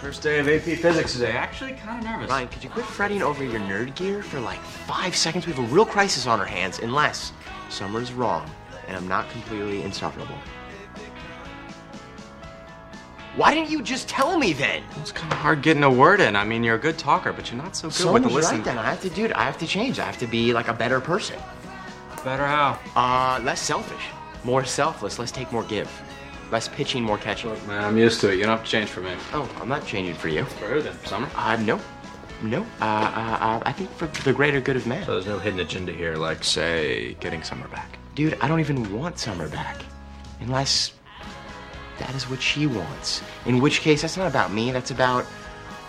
First day of AP Physics today. Actually, kind of nervous. Ryan, could you quit fretting over your nerd gear for like five seconds? We have a real crisis on our hands, unless Summer's wrong and I'm not completely insufferable. Why didn't you just tell me then? It's kind of hard getting a word in. I mean, you're a good talker, but you're not so good with the Summer's listening. right then. I have to, dude. I have to change. I have to be like a better person. Better how? Uh, less selfish, more selfless. Let's take more give, less pitching, more catching. Look, man, I'm used to it. You don't have to change for me. Oh, I'm not changing for you. For who then? Summer? Uh, no, no. Uh, uh, uh I think for the greater good of man. So there's no hidden agenda here, like, say, getting Summer back. Dude, I don't even want Summer back. Unless that is what she wants. In which case, that's not about me, that's about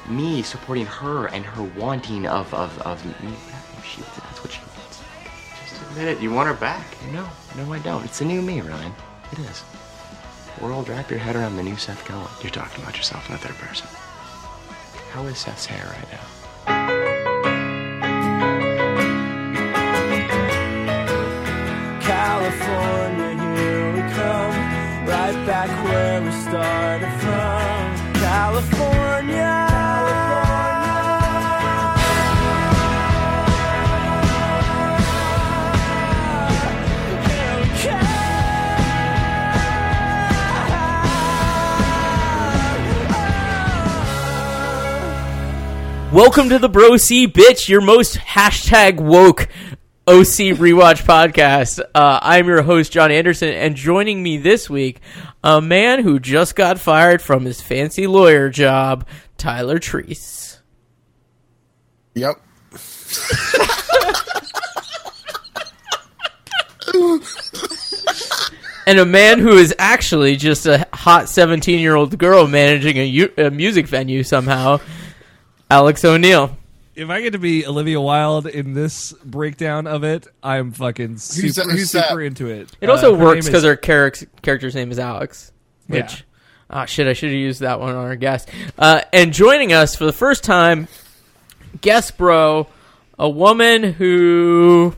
me supporting her and her wanting of, of, of me. If she- That's what she wants. Just admit it. You want her back. No, no, I don't. It's the new me, Ryan. It is. World, wrap your head around the new Seth Cohen. You're talking about yourself in the third person. How is Seth's hair right now? California, here we come. Right back where we started from. California. Here we come. Welcome to the Bro C Bitch, your most hashtag woke OC rewatch podcast. Uh, I'm your host, John Anderson, and joining me this week, a man who just got fired from his fancy lawyer job, Tyler Treese. Yep. And a man who is actually just a hot 17 year old girl managing a, u- a music venue somehow, Alex O'Neill. if I get to be Olivia Wilde in this breakdown of it, I'm fucking super, Who's that- who's super that? into it. It also Uh, her works name because is- her charac- character's name is Alex. Which, Yeah. ah, shit, I should have used that one on our guest. Uh, and joining us for the first time, guest bro, a woman who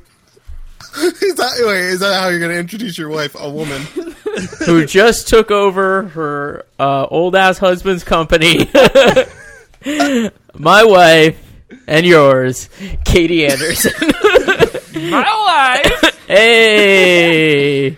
Is that wait, is that how you're gonna introduce your wife? A woman. who just took over her uh, old ass husband's company, my wife and yours, Katie Anderson. my life. hey.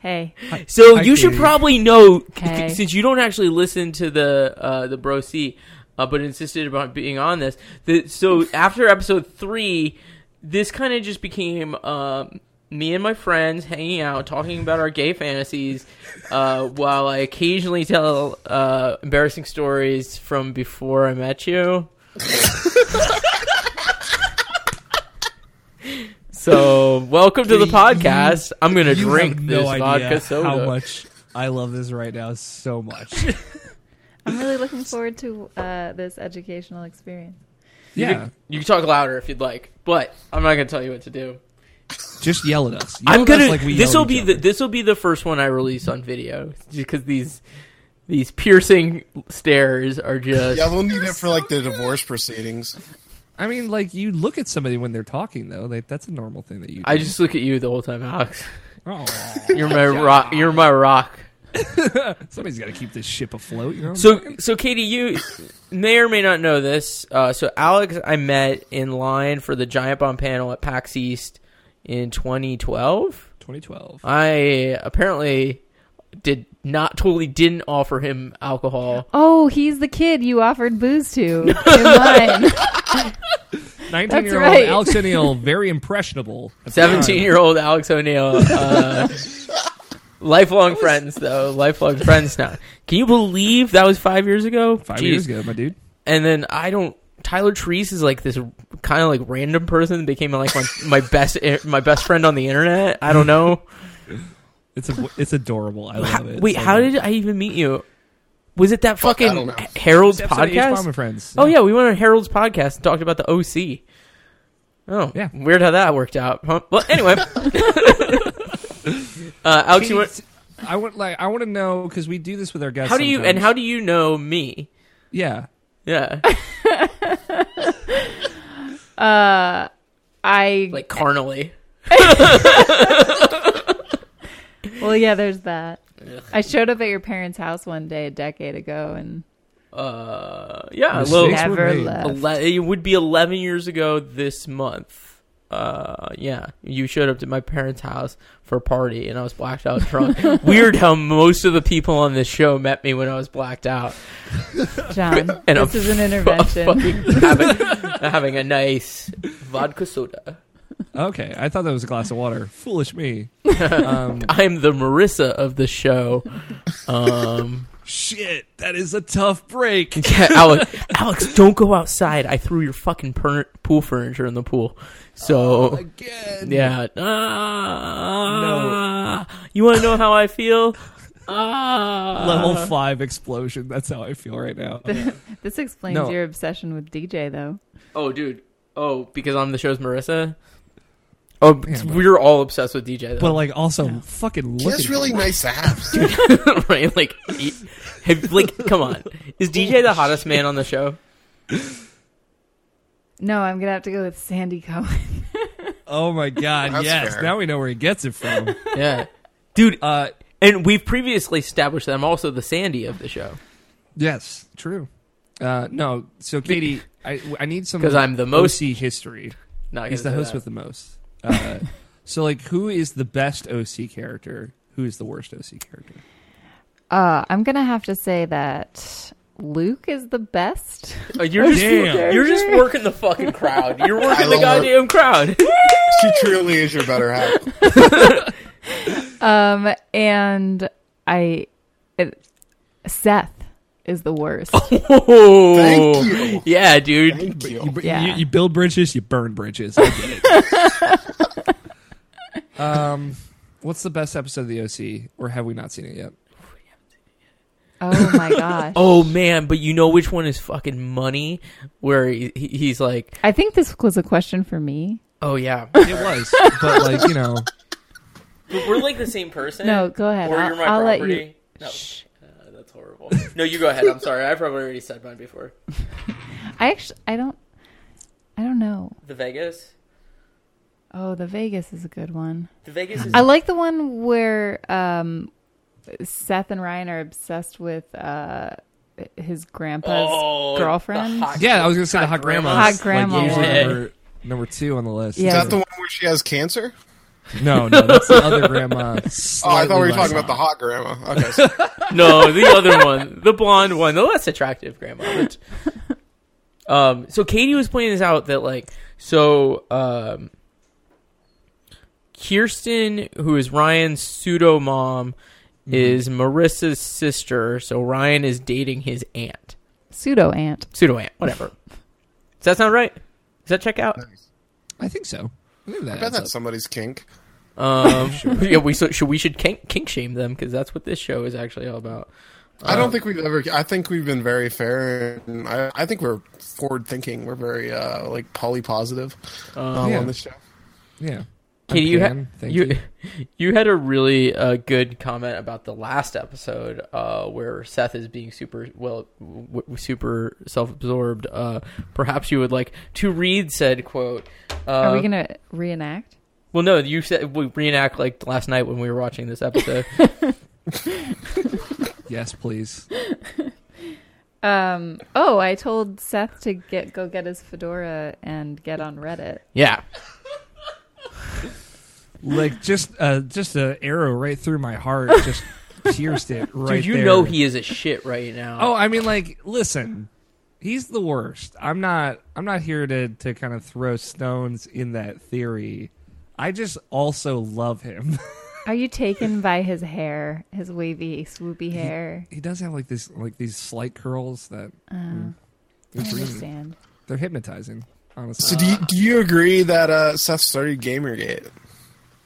Hey, So Hi, you should Katie. probably know Okay. since you don't actually listen to the uh, the bro C, uh, but insisted about being on this. That, so after episode three, this kind of just became um, me and my friends hanging out, talking about our gay fantasies, uh, while I occasionally tell uh, embarrassing stories from before I met you. So, welcome to the podcast. I'm gonna You drink have this no idea vodka soda. How much I love this right now so much. I'm really looking forward to uh, this educational experience. yeah, You can talk louder if you'd like, but I'm not gonna tell you what to do. just yell at us. Yell I'm at gonna. us like we this yell will at be each the, other. this will be the first one I release on video because these these piercing stares are just. Yeah, we'll need it for like the divorce proceedings. I mean, like you look at somebody when they're talking though. Like, that's a normal thing that you. Do. I just look at you the whole time, Alex. Oh, You're my rock. You're my rock. somebody's got to keep this ship afloat. You know. So, so Katie, you may or may not know this. Uh, so, Alex, I met in line for the Giant Bomb panel at PAX East in 2012. 2012. I apparently did not totally didn't offer him alcohol. Oh, he's the kid you offered booze to. in mine. 19 year old right. Alex O'Neill, very impressionable. at the Seventeen time. year old Alex O'Neill. Uh, lifelong friends though. Lifelong friends now. Can you believe that was five years ago? Five Jeez. years ago, my dude. And then I don't Tyler Treese is like this kind of like random person that became like my, my best eh, my best friend on the internet. I don't know. It's a, it's adorable. I How- love it. wait, so how much. did I even meet you? Was it that Fuck, I don't fucking know. Harold's Episode of H podcast? Bomb and Friends. Oh yeah, we went on Harold's podcast and talked about the OC. Oh, Yeah. Weird how that worked out. Huh? Well, anyway, uh, Alex, you want, I want like I want to know because we do this with our guests. how do you and sometimes. how do you know me? Yeah, Yeah, I like carnally. well, yeah, there's that. I showed up at your parents' house one day a decade ago, and uh, yeah, a little, Mistakes were Never made. ele- left. it would be 11 years ago this month. Uh, yeah, you showed up to my parents' house for a party, and I was blacked out drunk. Weird how most of the people on this show met me when I was blacked out. John, And this a is an Fucking intervention. having, having a nice vodka soda. Okay, I thought that was a glass of water. Foolish me. Um, I'm the Marissa of the show. Um, shit, that is a tough break. yeah, Alex, Alex, don't go outside. I threw your fucking per- pool furniture in the pool. So Again. Yeah. Ah, You want to know how I feel? Ah. Level five explosion. That's how I feel right now. this explains No. your obsession with DJ, though. Oh, dude. Oh, because I'm the show's Marissa. Oh, Yeah, but- we're all obsessed with DJ. But Though. like, also fucking She look. has at really it. nice abs. right? Like, he- have- like, come on. Is DJ the hottest man on the show? No, I'm gonna have to go with Sandy Cohen. Oh my god. That's yes. fair. Now we know where he gets it from. Yeah, dude. Uh, And we've previously established that I'm also the Sandy of the show yes. True. Uh, no. So Katie, I I need some 'Cause I'm the most- OC history. Not He's the gonna say host that. with the most. Uh, so like, who is the best OC character? Who is the worst OC character? Uh, I'm gonna have to say that Luke is the best. Uh, you're just Damn. you're just working the fucking crowd. You're working the love her. goddamn crowd. she truly is your better half. Um, and I, it, Seth is the worst. Oh, Thank you. Yeah, dude. Thank you. You, Yeah. you, you build bridges, you burn bridges. I get it. um, what's the best episode of the OC, or have we not seen it yet? Oh my gosh. Oh man, but you know which one is fucking money? Where he, he- he's like, I think this was a question for me. oh yeah, It was, but like you know, But we're like the same person. No, go ahead. Or I'll, you're my I'll let property. you. No, uh, that's horrible. No, you go ahead. I'm sorry. I probably already said mine before. I actually, I don't, I don't know. The Vegas. Oh, the Vegas is a good one. The Vegas is. I like the one where um, Seth and Ryan are obsessed with uh, his grandpa's Oh, the girlfriend. hot- yeah, I was gonna say the hot grandma. grandma. Hot grandma Like, usually one. number, number two on the list. Yeah. Is that the one where she has cancer? No, no, that's the other grandma. Oh, I thought we were talking about the hot grandma. Okay, so no, the other one, the blonde one, the less attractive grandma. which- um, so Katie was pointing this out that like so um, Kirsten, who is Ryan's pseudo mom, is Marissa's sister. So Ryan is dating his aunt, Pseudo aunt. pseudo aunt, whatever. Does that sound right? Does that check out? I think so. I, think that I bet adds that's up. somebody's kink. Um, yeah, we so, should we should kink, kink shame them because that's what this show is actually all about. I don't think we've ever. I think we've been very fair, and I, I think we're forward thinking. We're very uh, like poly positive um, Yeah. on this show. Yeah. Katie, I'm you, ha- Pan, thank you, you had a really uh, good comment about the last episode uh, where Seth is being super well, w- w- super self-absorbed. Uh, perhaps you would like to read said quote. Uh, Are we gonna reenact? well, no, you said we reenact like last night when we were watching this episode. Yes, please. Um. Oh, I told Seth to get go get his fedora and get on Reddit. yeah, Like just uh just a arrow right through my heart just pierced it right dude, you there. know he is a shit right now. Oh, I mean like listen. He's the worst. I'm not I'm not here to to kind of throw stones in that theory. I just also love him. Are you taken by his hair, his wavy, swoopy hair? he does have like this like these slight curls that I understand. they're hypnotizing, honestly. So do you, do you agree that uh, Seth started GamerGate?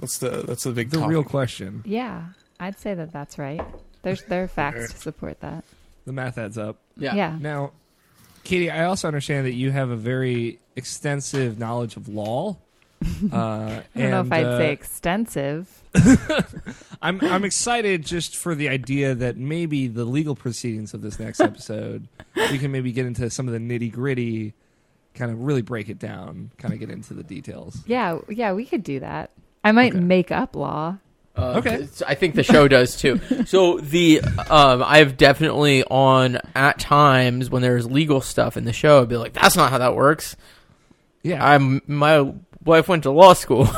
That's the that's the big the topic. real question. Yeah, I'd say that that's right. There's there are facts to support that. The math adds up. yeah, Yeah. Now, Katie, I also understand that you have a very extensive knowledge of law. Uh, I I don't know if I'd uh, say extensive. I'm I'm excited just for the idea that maybe the legal proceedings of this next episode, we can maybe get into some of the nitty gritty, kind of really break it down, kind of get into the details. Yeah, yeah, we could do that. I might Okay. make up law. Uh, Okay. 'cause I think the show does too. so the um, I've definitely on at times when there's legal stuff in the show, I'd be like, "That's not how that works." Yeah, I'm my wife went to law school,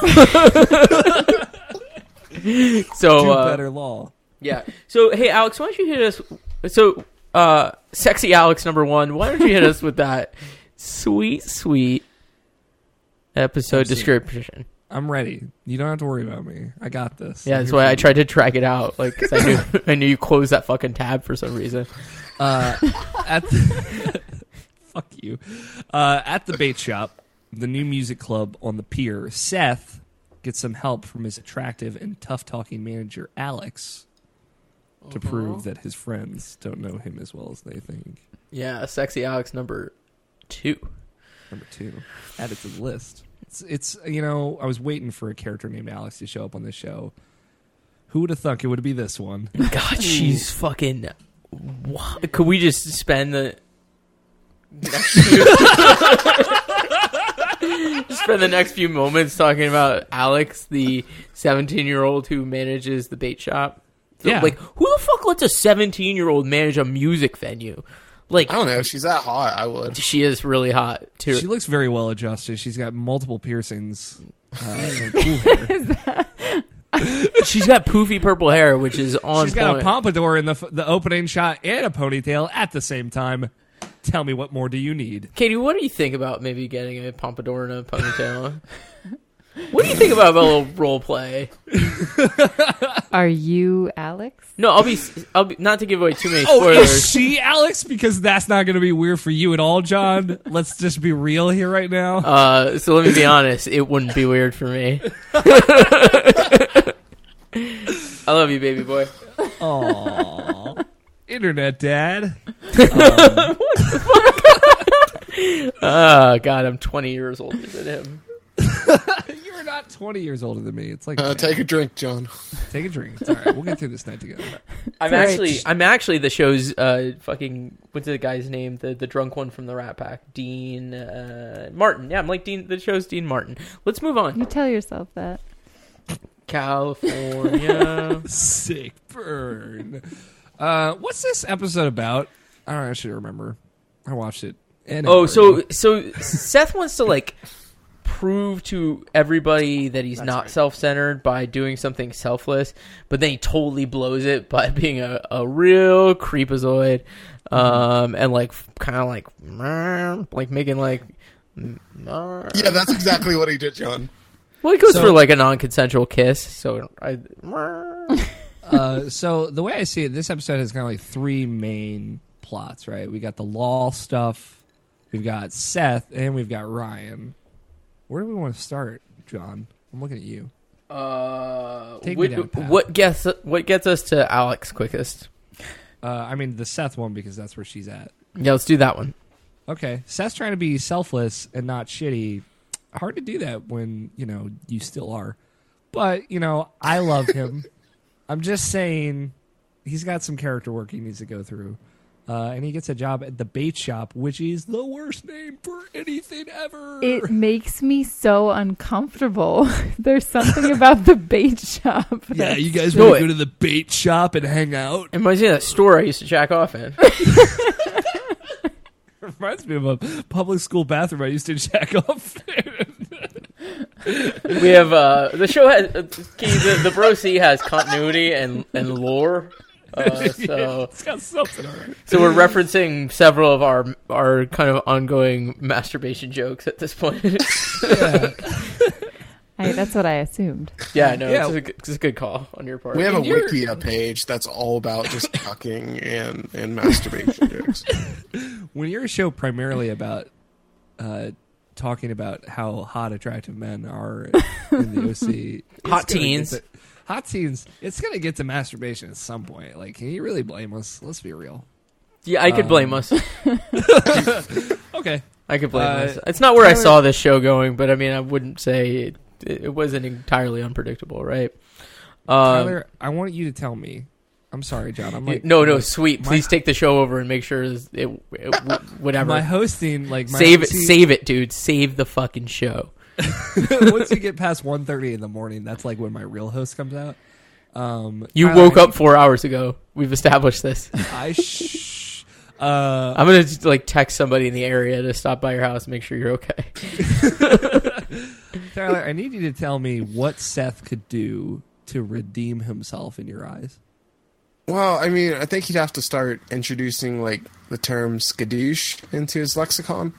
do so uh, better law. yeah. So hey, Alex, why don't you hit us? So, uh, sexy Alex number one, why don't you hit us with that sweet, sweet episode description? I'm ready. You don't have to worry about me. I got this. Yeah, that's why I tried to drag it out. Like, 'cause I knew I knew you closed that fucking tab for some reason. uh, at the, fuck you uh, at the bait shop the new music club on the pier seth gets some help from his attractive and tough talking manager alex to prove that his friends don't know him as well as they think Yeah, sexy Alex number two. number two added to the list it's, it's you know i was waiting for a character named alex to show up on this show who would have thunk it would be this one God, she's fucking. wha- Could we just spend the next few, spend the next few moments talking about Alex, the seventeen-year-old who manages the bait shop? So, Yeah. like who the fuck lets a seventeen-year-old manage a music venue? Like I don't know. If she's that hot, I would. she is really hot too. she looks very well adjusted she's got multiple piercings uh, and cool hair. She's got poofy purple hair, which is on She's got a point. pompadour in the f- the opening shot and a ponytail at the same time. Tell me what more do you need? Katie, what do you think about maybe getting a pompadour and a ponytail? what do you think about, about a little role play? Are you Alex? No, I'll be, I'll be not to give away too many Oh, is spoilers. she Alex? Because that's not going to be weird for you at all, John. Let's just be real here right now. uh, so let me be honest, it wouldn't be weird for me. I love you, baby boy. Aww. Internet dad. Oh God, I'm 20 years older than him. You're not 20 years older than me. It's like, Uh, take a drink, John. take a drink. It's all right. We'll get through this night together. I'm Sorry. actually, I'm actually the show's uh, fucking what's the guy's name? The the drunk one from the Rat Pack, Dean uh, Martin. Yeah, I'm like Dean. The show's Dean Martin. Let's move on. You tell yourself that. California. Sick burn. Uh, what's this episode about? I don't actually remember. I watched it. And oh, so so Seth wants to like prove to everybody that he's not self-centered by doing something selfless, but then he totally blows it by being a, a real creepazoid, Mm-hmm. um, and like kind of like "Meow," like making like. "Meow." Yeah, that's exactly what he did, John. Well, he goes So- for like a non-consensual kiss. So I, "Meow." Uh, so the way I see it, this episode has kind of like three main plots, right? We got the law stuff, we've got Seth, and we've got Ryan. Where do we want to start, John? I'm looking at you. uh, Take me what, down, pal. what gets what gets us to Alex quickest? Uh, I mean the Seth one because that's where she's at. Yeah, let's do that one. Okay, Seth's trying to be selfless and not shitty. Hard to do that when you know you still are. But you know, I love him. I'm just saying, he's got some character work he needs to go through, uh, and he gets a job at the bait shop, which is the worst name for anything ever. It makes me so uncomfortable. There's something about the bait shop. yeah, you guys No, want it- to go to the bait shop and hang out? It reminds me of that store I used to jack off in. reminds me of a public school bathroom I used to check off. We have uh, the show has uh, Key, the, the Bro C has continuity and and lore. Uh, so it's got something. on it. so we're referencing several of our our kind of ongoing masturbation jokes at this point. I, that's what I assumed. yeah, no, Yeah. It's, a good, it's a good call on your part. We have a And you're- Wikia page that's all about just cucking and, and masturbation jokes. when you're a show primarily about uh, talking about how hot attractive men are in the OC, it's Hot gonna get teens. to- hot teens, it's gonna get to masturbation at some point. Like, can you really blame us? Let's be real. yeah, I um, could blame us. Okay, I could blame uh, us. It's not where I Tyler- saw this show going, but I mean, I wouldn't say it, it wasn't entirely unpredictable, right? Um, Tyler, I want you to tell me. I'm sorry, John. I'm you- like, no, no, my- sweet. my- Please take the show over and make sure it, it whatever. My hosting, like, my save it, OC save it, dude. Save the fucking show. once you get past 1.30 in the morning, that's like when my real host comes out. Um, You I- Uh, woke up four hours ago. We've established this. I sh- uh, I'm gonna just, like text somebody in the area to stop by your house and make sure you're okay. Tyler, I need you to tell me what Seth could do to redeem himself in your eyes. Well, I mean, I think he'd have to start introducing like the term skadoosh into his lexicon.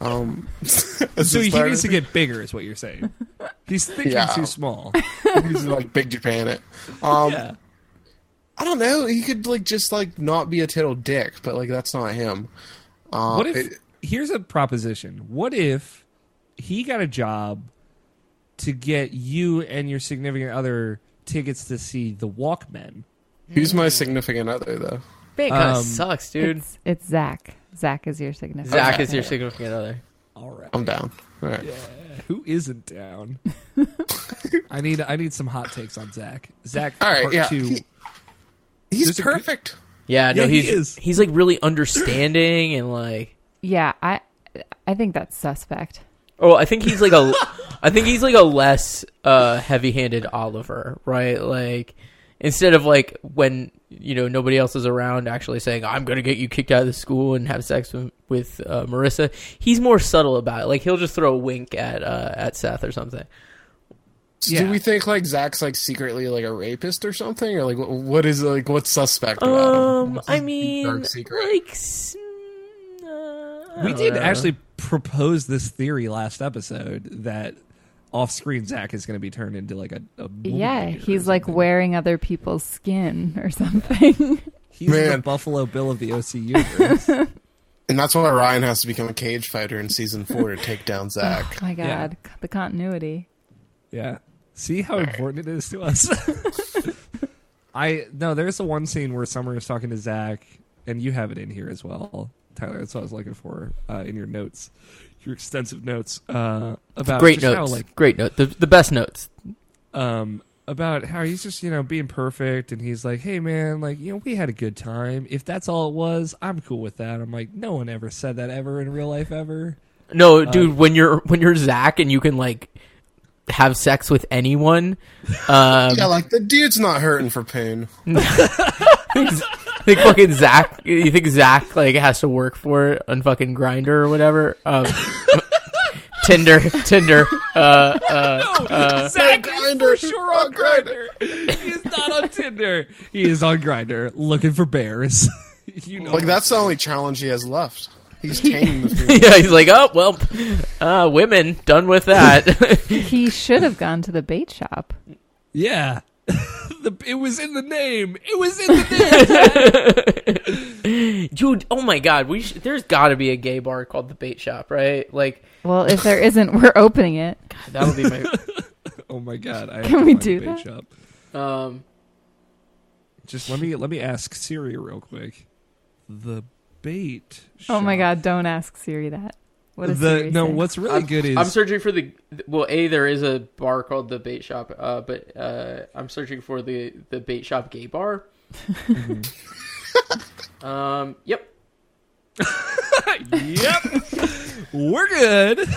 Um, so So he needs to get bigger, is what you're saying. He's thinking Yeah. too small. like Big Japan it. Um, yeah. I don't know. He could like just like not be a total dick, but like that's not him. Uh, What if? it- here's a proposition. What if he got a job to get you and your significant other tickets to see the Walkmen? who's my significant other though? It kind of Um, sucks, dude. It's, it's Zach. Zach is your significant. Zach okay. is your significant other. All right. I'm down. All right. Who isn't down? I need I need some hot takes on Zach. Zach, All right, part yeah. two. He- He's There's a- perfect. Yeah, no, Yeah, he he's is. he's like really understanding and like. Yeah, I I think that's suspect. Oh, I think he's like a, I think he's like a less uh, heavy-handed Oliver, right? Like instead of like when you know nobody else is around, actually saying I'm gonna get you kicked out of the school and have sex with, with uh, Marissa, he's more subtle about it. Like he'll just throw a wink at uh, at Seth or something. So Yeah. Do we think like Zach's like secretly like a rapist or something, or like what, what is like what's suspect about him? Um, What's his I deep, mean, dark secret? like s- mm, uh, I We don't did know. actually propose this theory last episode that off-screen Zach is going to be turned into like a, a woman yeah, eater or he's like something. wearing other people's skin or something. he's the Man. Buffalo Bill of the OC universe. And that's why Ryan has to become a cage fighter in season four to take down oh Zach. my Yeah. god, the continuity. Yeah. See how important it is to us. I no, there's the one scene where Summer is talking to Zach, and you have it in here as well, Tyler. That's what I was looking for uh, in your notes, your extensive notes uh, about great just notes, how, like great note, the the best notes. um, about how he's just you know being perfect, and he's like, hey man, like you know we had a good time. If that's all it was, I'm cool with that. I'm like, no one ever said that ever in real life ever. No, dude, when you're when you're Zach and you can like have sex with anyone, um, Yeah, like the dude's not hurting for pain. like fucking Zach. You think Zach like has to work for it on fucking Grinder or whatever? Um, Tinder, Tinder. Uh, uh, Zach is Grindr. for sure on On Grindr. He's not on Tinder. He is on Grinder looking for bears. you know, Like that's the only challenge he has left. He's taming the feeling. yeah, he's like, oh well, uh, women done with that. He should have gone to the bait shop. yeah. the, it was in the name. It was in the name. dude, oh my god, we sh- there's got to be a gay bar called the Bait Shop, right? Like Well, if there isn't, we're opening it. that would be my. oh my god! I have Can to we find do the bait that? shop. Um, Just let me let me ask Siri real quick. The bait. Oh my shop. god, don't ask Siri that. What is the Siri no. say? What's really good is I'm searching for the well. A there is a bar called the Bait Shop, uh, but uh, I'm searching for the the Bait Shop Gay Bar. Mm-hmm. um. Yep. yep. We're good.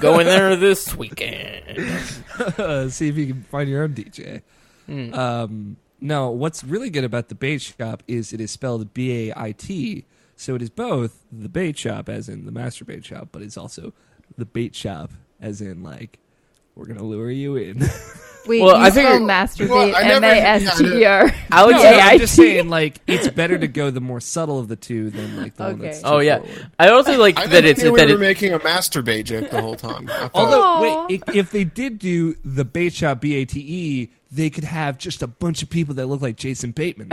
Going there this weekend. Uh, see if you can find your own DJ. Hmm. Um, no, what's really good about the bait shop is it is spelled B A I T, so it is both the bait shop, as in the master bait shop, but it's also the bait shop, as in like we're gonna lure you in. Wait, Well, you I think- spell masturbate Well, I M never- A S T E R. Alex. No, Yeah, I'm I just see. saying like it's better to go the more subtle of the two than like the one Okay. that's too oh yeah. forward. I also like I that it's knew that we were it, making a masturbate joke the whole time. I thought- Although, Aw. wait, i- if they did do the bait shop B A T E, they could have just a bunch of people that look like Jason Bateman.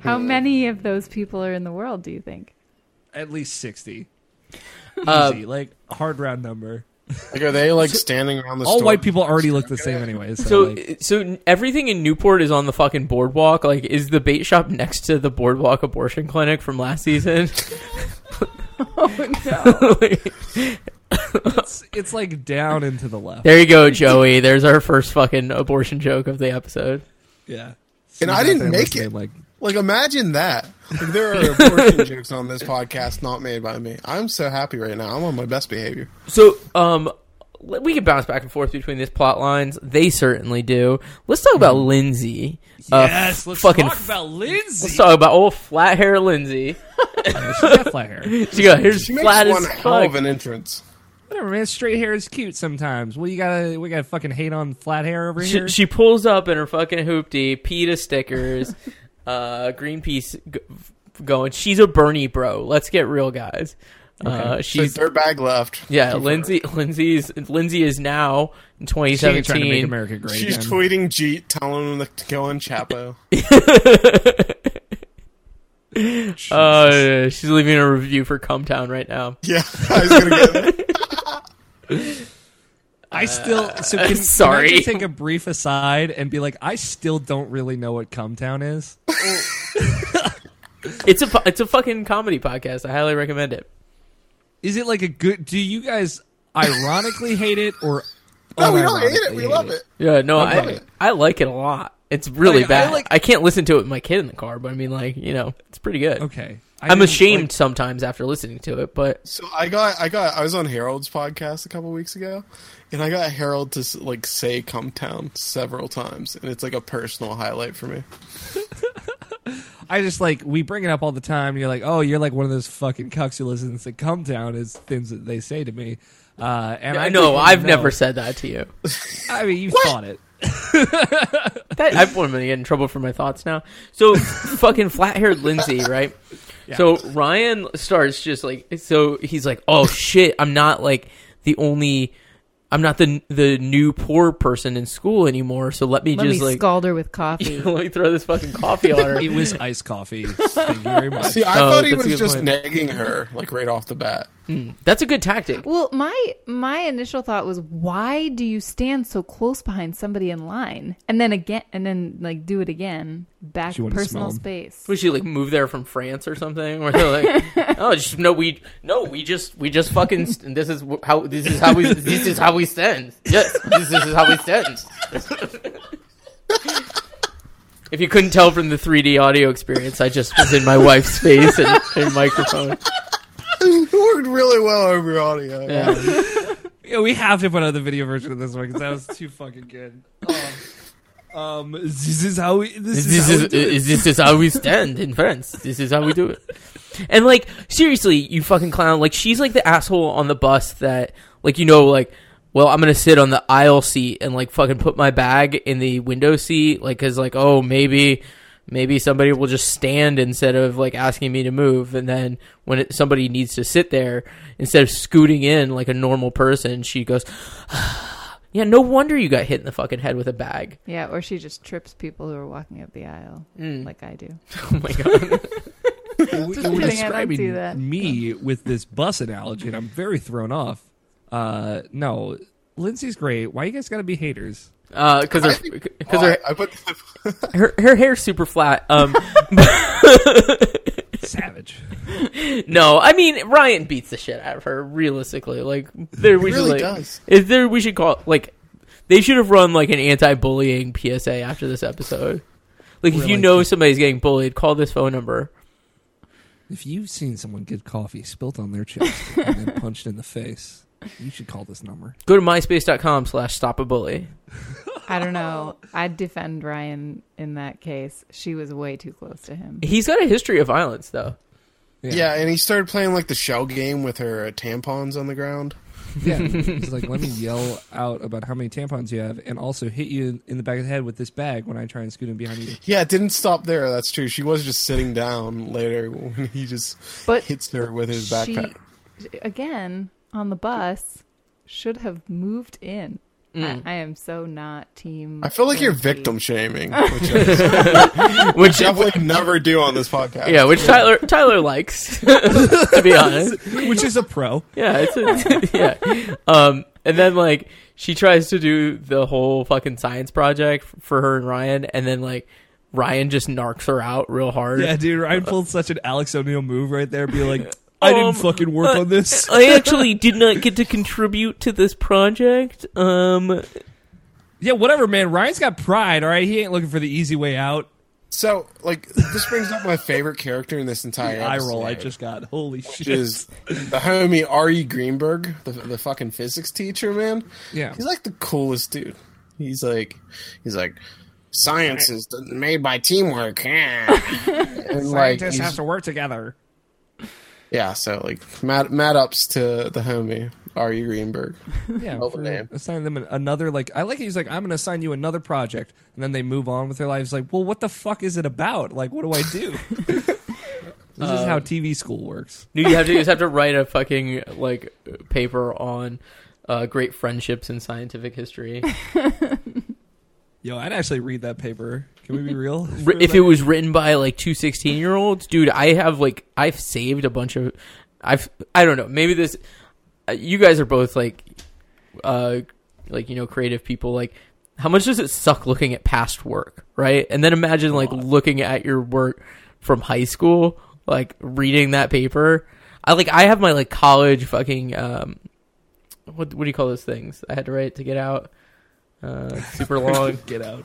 How many of those people are in the world? Do you think? At least sixty. Uh, Easy, like hard round number. like, are they like standing around the All store? white people already look the same anyway. So, so like, so everything in Newport is on the fucking boardwalk. Like, is the Bait Shop next to the boardwalk abortion clinic from last season? Like, it's, it's like down and to the left. there you go, Joey. There's our first fucking abortion joke of the episode. Yeah. And I Sometimes didn't look make at it. them Like Like imagine that. Like, there are abortion jokes on this podcast not made by me. I'm so happy right now. I'm on my best behavior. So, um, we could bounce back and forth between these plot lines. They certainly do. Let's talk about Lindsay. Uh, Mm-hmm. yes, let's fucking talk about Lindsay. Let's talk about old flat hair Lindsay. She's got flat hair. She got here's She makes flat one as hell fuck. of an entrance. Whatever, man. Straight hair is cute sometimes. Well, you gotta we gotta fucking hate on flat hair over She, here. she pulls up in her fucking hoopty, PETA stickers, uh, Greenpeace g- going. She's a Bernie bro. Let's get real, guys. Uh, She's she's their bag left. yeah. Confirmed. Lindsay Lindsay's Lindsay is now in She ain't trying to make 2017. America great She's again. tweeting Jeet, telling him to kill in Chapo. Uh, she's leaving a review for Cumtown right now. yeah, I was gonna get that. I still so can, sorry. Can I just take a brief aside and be like, I still don't really know what Cumtown is. It's a fu- it's a fucking comedy podcast. I highly recommend it. Is it like a good? Do you guys ironically hate it or? No, we don't hate unironically it. We love it. Yeah, no, love I it. I like it a lot. It's really Like, I bad. I, like- can't listen to it with my kid in the car, but I mean, like you know, it's pretty good. Okay, I I'm didn't, ashamed like- sometimes after listening to it, but So I got, I got, I was on Harold's podcast a couple weeks ago, and I got Harold to s- like say "Come Town" several times, and it's like a personal highlight for me. I just like we bring it up all the time. You're like, oh, you're like one of those fucking cucks who listens to Cumtown is things that they say to me. Uh, and I I know just I've wanna know- never said that to you. I mean, you thought it. That I'm going to get in trouble for my thoughts now. So fucking flat haired Lindsay, right? So Ryan starts just like so he's like, oh shit, I'm not like the only. I'm not the the new poor person in school anymore, so let me Let me just like scald her with coffee. let me throw this fucking coffee on her. It was iced coffee. Thank you very much. See, I Oh, thought he that's a was good just point. nagging her like right off the bat. That's a good tactic. Well, my my initial thought was, why do you stand so close behind somebody in line, and then again, and then like do it again, back She wanted to smell personal 'em. space? Was she like moved there from France or something? Where they're like, oh, just, no, we no, we just we just fucking. St- this is wh- how this is how we this is how we stand. Yes, this, this is how we stand. if you couldn't tell from the 3D audio experience, I just was in my wife's face and, and microphone. It worked really well over audio. Yeah. Yeah, we have to put out the video version of this one because that was too fucking good. Oh. Um, this is how we. This, This is, how we is, do it. is this is how we stand in France. This is how we do it. And like seriously, you fucking clown. Like she's like the asshole on the bus that like you know like well I'm gonna sit on the aisle seat and like fucking put my bag in the window seat like because like oh maybe maybe somebody will just stand instead of like asking me to move and then when it, somebody needs to sit there instead of scooting in like a normal person she goes yeah no wonder you got hit in the fucking head with a bag Yeah, or she just trips people who are walking up the aisle, Mm. like I do. oh my god We- Just we're kidding, I don't describing do that. me with this bus analogy, and I'm very thrown off. Uh, no, Lindsay's great. Why you guys gotta be haters? because Uh, her because I, her, Oh, I put her her hair's super flat. Um, Savage. no, I mean Ryan beats the shit out of her. Realistically, like there we really should like does. if there we should call like they should have run like an anti-bullying PSA after this episode. Like if you Really? know somebody's getting bullied, call this phone number. If you've seen someone get coffee spilt on their chest and then punched in the face, you should call this number. Go to myspace.com slash stop a bully. I don't know. I'd defend Ryan in that case. She was way too close to him. He's got a history of violence though. yeah, and he started playing like the shell game with her uh, tampons on the ground. Yeah, it's like let me yell out about how many tampons you have, and also hit you in the back of the head with this bag when I try and scoot in behind you. Yeah, it didn't stop there. That's true. She was just sitting down later when he just But hits her with his she, backpack. again, on the bus, should have moved in. Mm. I, I am so not team. I feel like you're Lindsay. victim shaming, which I Which definitely never do on this podcast. yeah, which Tyler Tyler likes. to be honest. Which is a pro. Yeah, it's a, yeah. Um, and then like she tries to do the whole fucking science project f- for her and Ryan, and then like Ryan just narcs her out real hard. Yeah, dude, Ryan pulled such an Alex O'Neill move right there, be like, I didn't Um, fucking work uh, on this. I actually did not get to contribute to this project. Um, Yeah, whatever, man. Ryan's got pride, all right? He ain't looking for the easy way out. So, like, this brings up my favorite character in this entire eye roll I episode, just got. Holy shit! which is the homie Ari Greenberg, the, the fucking physics teacher, man. Yeah. he's like the coolest dude. He's like, he's like, science is made by teamwork. yeah." and like, Scientists he's- have to work together. yeah. So like, mad, mad ups to the homie Ari Greenberg. Yeah, Over there. assign them an- another like I like. it, He's like, I'm gonna assign you another project, and then they move on with their lives. Like, well, what the fuck is it about? Like, what do I do? this is Um, how TV school works. No, you have to you just have to write a fucking like paper on uh, great friendships in scientific history. Yo, I'd actually read that paper. Can we be real? Ri- if it was written by like two 16 year olds dude i have like i've saved a bunch of i've i don't know maybe this uh, you guys are both like uh like you know creative people like how much does it suck looking at past work right and then imagine like looking at your work from high school like reading that paper i like i have my like college fucking um what what do you call those things i had to write to get out uh super long get out.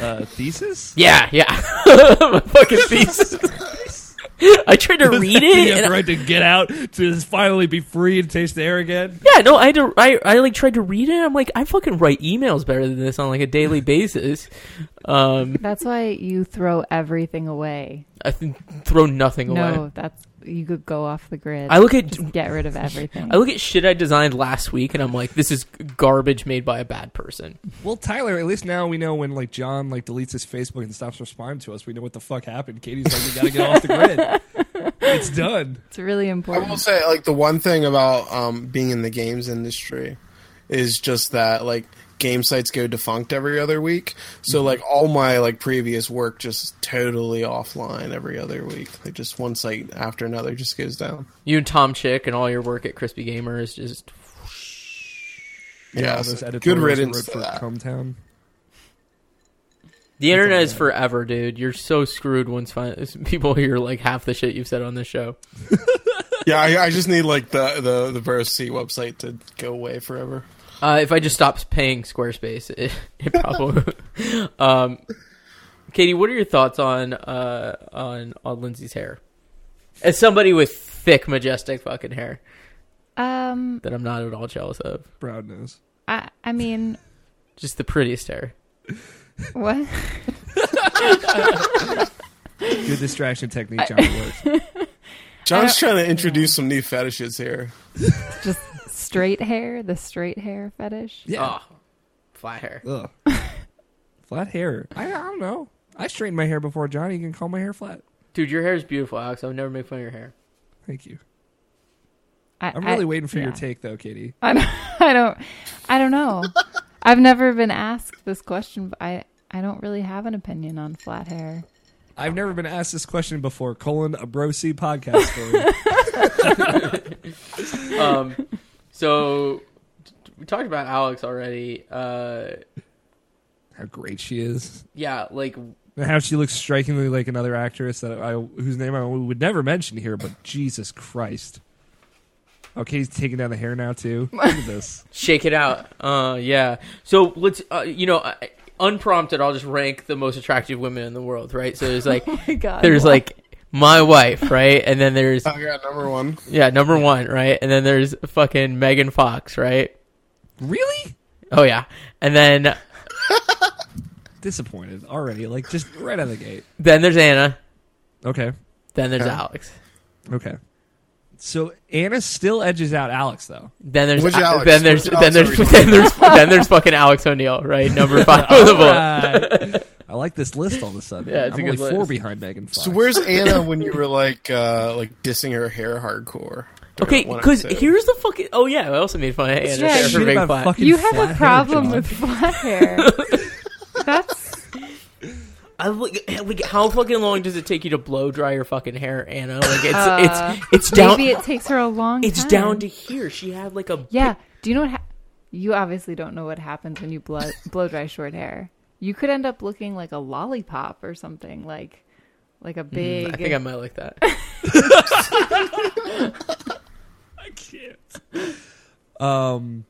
Uh, thesis? yeah, yeah. My fucking thesis. I tried to read it. He has and the I- right to get out to finally be free and taste the air again. yeah, no, I had to. I, I like tried to read it. I'm like, I fucking write emails better than this on like a daily basis. Um, That's why you throw everything away. I th- throw nothing away. No, that's you could go off the grid. I look at Just get rid of everything. I look at shit I designed last week, and I'm like, this is garbage made by a bad person. Well, Tyler, at least now we know when like John like deletes his Facebook and stops responding to us. We know what the fuck happened. Katie's like, we gotta get off the grid. It's done. it's really I important. will say, like, the one thing about um, being in the games industry is just that, like, game sites go defunct every other week. Mm-hmm. So, like, all my like previous work just totally offline every other week. Like, just one site after another just goes down. You and Tom Chick and all your work at Crispy Gamer is just Yeah, All so those editorials good you riddance wrote to for that. Cometown. the internet is forever, dude. You're so screwed once fin- people hear like half the shit you've said on this show. yeah, I, I just need like the the the Borough C website to go away forever. Uh, if I just stopped paying Squarespace, it, it probably. um, Katie, what are your thoughts on uh, on on Lindsay's hair? As somebody with thick, majestic fucking hair um, that I'm not at all jealous of, Brown nose. I I mean, just the prettiest hair. what? Good distraction technique, John. it works. John's trying to introduce some new fetishes here. Just straight hair, the straight hair fetish. Yeah. Oh, flat hair. Oh. Ugh. flat hair. I, I don't know. I straightened my hair before, John. You can call my hair flat. Dude, your hair is beautiful, Alex. I would never make fun of your hair. Thank you. I, I'm really I- waiting for your yeah. take, though, Katie. I don't, I don't, I don't know. I've never been asked this question, but I, I don't really have an opinion on flat hair. I've never been asked this question before. Colon a bro C podcast story. Um, so t- we talked about Alex already. Uh, How great she is. yeah, like And how she looks strikingly like another actress that I whose name I would never mention here, but Jesus Christ. Okay, he's taking down the hair now too. Look at this. Shake it out. Uh, yeah. So let's, uh, you know, I, unprompted, I'll just rank the most attractive women in the world, right? So there's like, My God, there's like my wife, right? And then there's, I got number one. yeah, number one, right? And then there's fucking Megan Fox, right? Really? Oh, yeah. And then, Disappointed already. Like just right out of the gate. then there's Anna. Okay. Then there's Yeah. Alex. Okay. So Anna still edges out Alex though. Then there's, Which uh, Alex? then there's, Which then Alex there's, are we then there's, then there's fucking Alex O'Neill, right? Number five on the vote. Alright. Uh, I like this list all of a sudden. Yeah, it's a I'm good only four list. behind Megan Fox. So where's Anna when you were like uh like dissing her hair hardcore? Okay, One because episode. here's the fucking. Oh yeah, I also made fun of Anna Yeah, there for shit being about flat. fucking you have flat a hair, problem John. with flat hair. That's I like, like how fucking long does it take you to blow dry your fucking hair, Anna? Like it's Uh, it's it's down maybe it takes her a long. it's time. down to here. She had like a Yeah. Do you know what? Ha- you obviously don't know what happens when you blow blow dry short hair. You could end up looking like a lollipop or something like, like a big. I think I might like that. Um,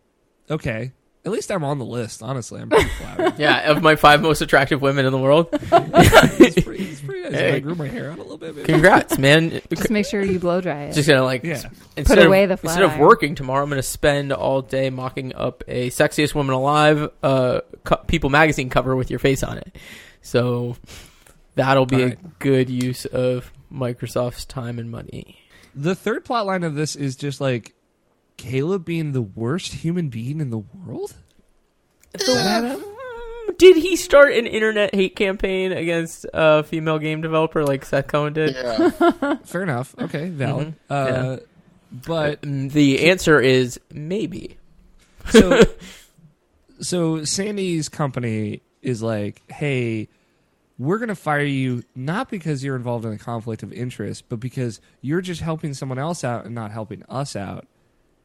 okay. At least I'm on the list. Honestly, I'm pretty flattered. Yeah, of my five most attractive women in the world. it's pretty, it's pretty nice. Hey. I grew my hair out a little bit. maybe. Congrats, man. Just make sure you blow dry it. Just gonna like Yeah. s- instead of away the flat instead of iron. working tomorrow, I'm gonna spend all day mocking up a sexiest woman alive, uh, co- People magazine cover with your face on it. So that'll be a Alright. good use of Microsoft's time and money. The third plot line of this is just like Caleb being the worst human being in the world. Did he start an internet hate campaign against a female game developer like Seth Cohen did? Yeah. Fair enough. Okay, valid. Uh, But mm, The answer is maybe. so so Sandy's company is like, hey, we're gonna fire you not because you're involved in a conflict of interest, but because you're just helping someone else out and not helping us out.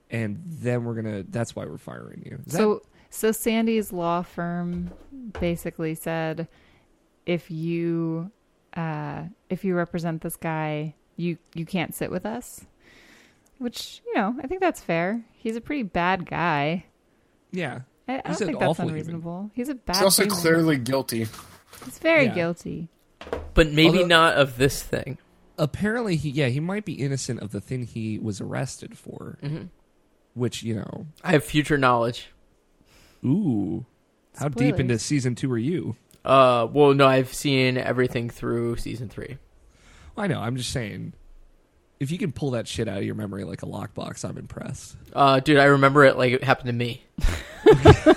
And then we're gonna that's why we're firing you. Is that- So, so Sandy's law firm basically said, if you uh, if you represent this guy, you you can't sit with us. Which you know, I think that's fair. He's a pretty bad guy. yeah. I, I don't He's an think that's awful human. unreasonable. He's a bad. He's also human. clearly guilty. He's very Yeah. guilty. But maybe Although- not of this thing. Apparently he yeah, he might be innocent of the thing he was arrested for. Mm-hmm. Which, you know I have future knowledge. Ooh. How deep Spoilers. into season two are you? Uh, well, no, I've seen everything through season three. I know, I'm just saying if you can pull that shit out of your memory like a lockbox, I'm impressed. Uh, dude, I remember it like it happened to me. Uh,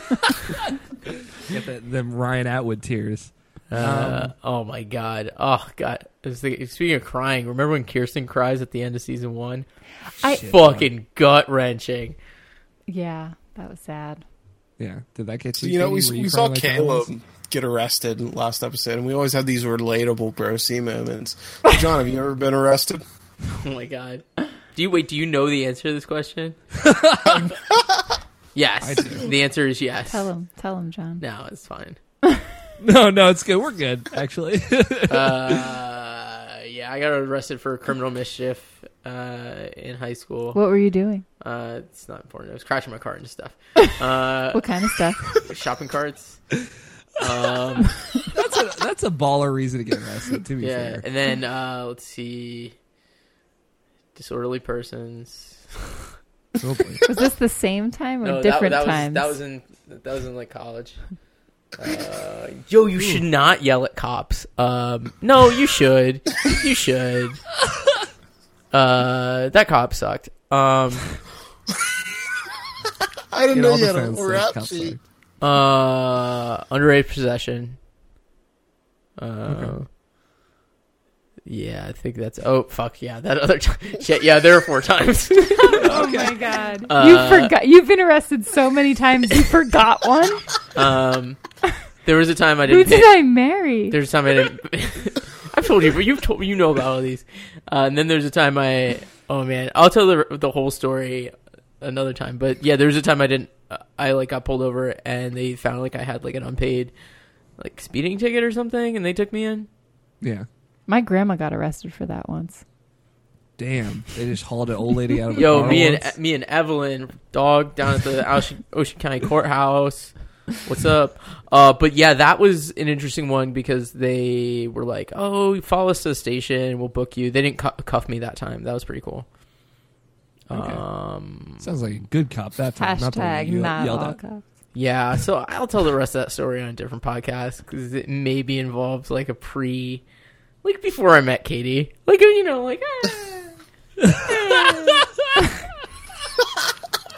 Get the, them Ryan Atwood tears. Uh, oh my god. Oh god. I was thinking- speaking of crying, remember when Kirsten cries at the end of season one? I Fucking gut wrenching. yeah, that was sad. Yeah, did that get So, you? you know, we, Katie? Were you we crying saw like Caleb always? get arrested in last episode, and we always have these relatable bro C moments. John, have you ever been arrested? Oh my god. Do you wait? Do you know the answer to this question? yes. I do. The answer is yes. Tell him, tell him, John. No, it's fine. No, no, it's good. We're good, actually. Uh, yeah, I got arrested for criminal mischief uh, in high school. What were you doing? Uh, it's not important. I was crashing my cart and stuff. Uh, What kind of stuff? shopping carts. Um, that's, a, that's a baller reason to get arrested. To be yeah, fair, and then uh, let's see, disorderly persons. Oh, boy. Was this the same time or No, that- different that, was times? that was in that was in like college. Uh, yo, you should not yell at cops. Um, no, you should. You should. Uh, that cop sucked. Um, I didn't In know all you had a defense, those rap cops sheet. suck. uh, underage possession. Uh, yeah, I think that's. Oh fuck, yeah, that other time. Shit, yeah, there were four times. Oh my god! Uh, you forgot. You've been arrested so many times. You forgot one. Um, there was a time I Who didn't. did pay- I marry? There's a time I didn't. I've told you, but you've told you know about all these. Uh, and then there's a time I. Oh man, I'll tell the the whole story another time. But yeah, there's a time I didn't. uh, I like got pulled over and they found like I had like an unpaid like speeding ticket or something, and they took me in. yeah. My grandma got arrested for that once. Damn, they just hauled an old lady out of the Yo, car me once. and E, me and Evelyn, dog down at the Ocean, Ocean County Courthouse. What's up? Uh, but yeah, that was an interesting one because they were like, "Oh, follow us to the station. We'll book you." They didn't cu- cuff me that time. That was pretty cool. Okay. Um, sounds like a good cop that Oh, time. not the one Hashtag you not, yelled all at. cops. yeah. So I'll tell the rest of that story on a different podcast because it maybe involves like a pre, like before I met Katie. Like you know, like ah.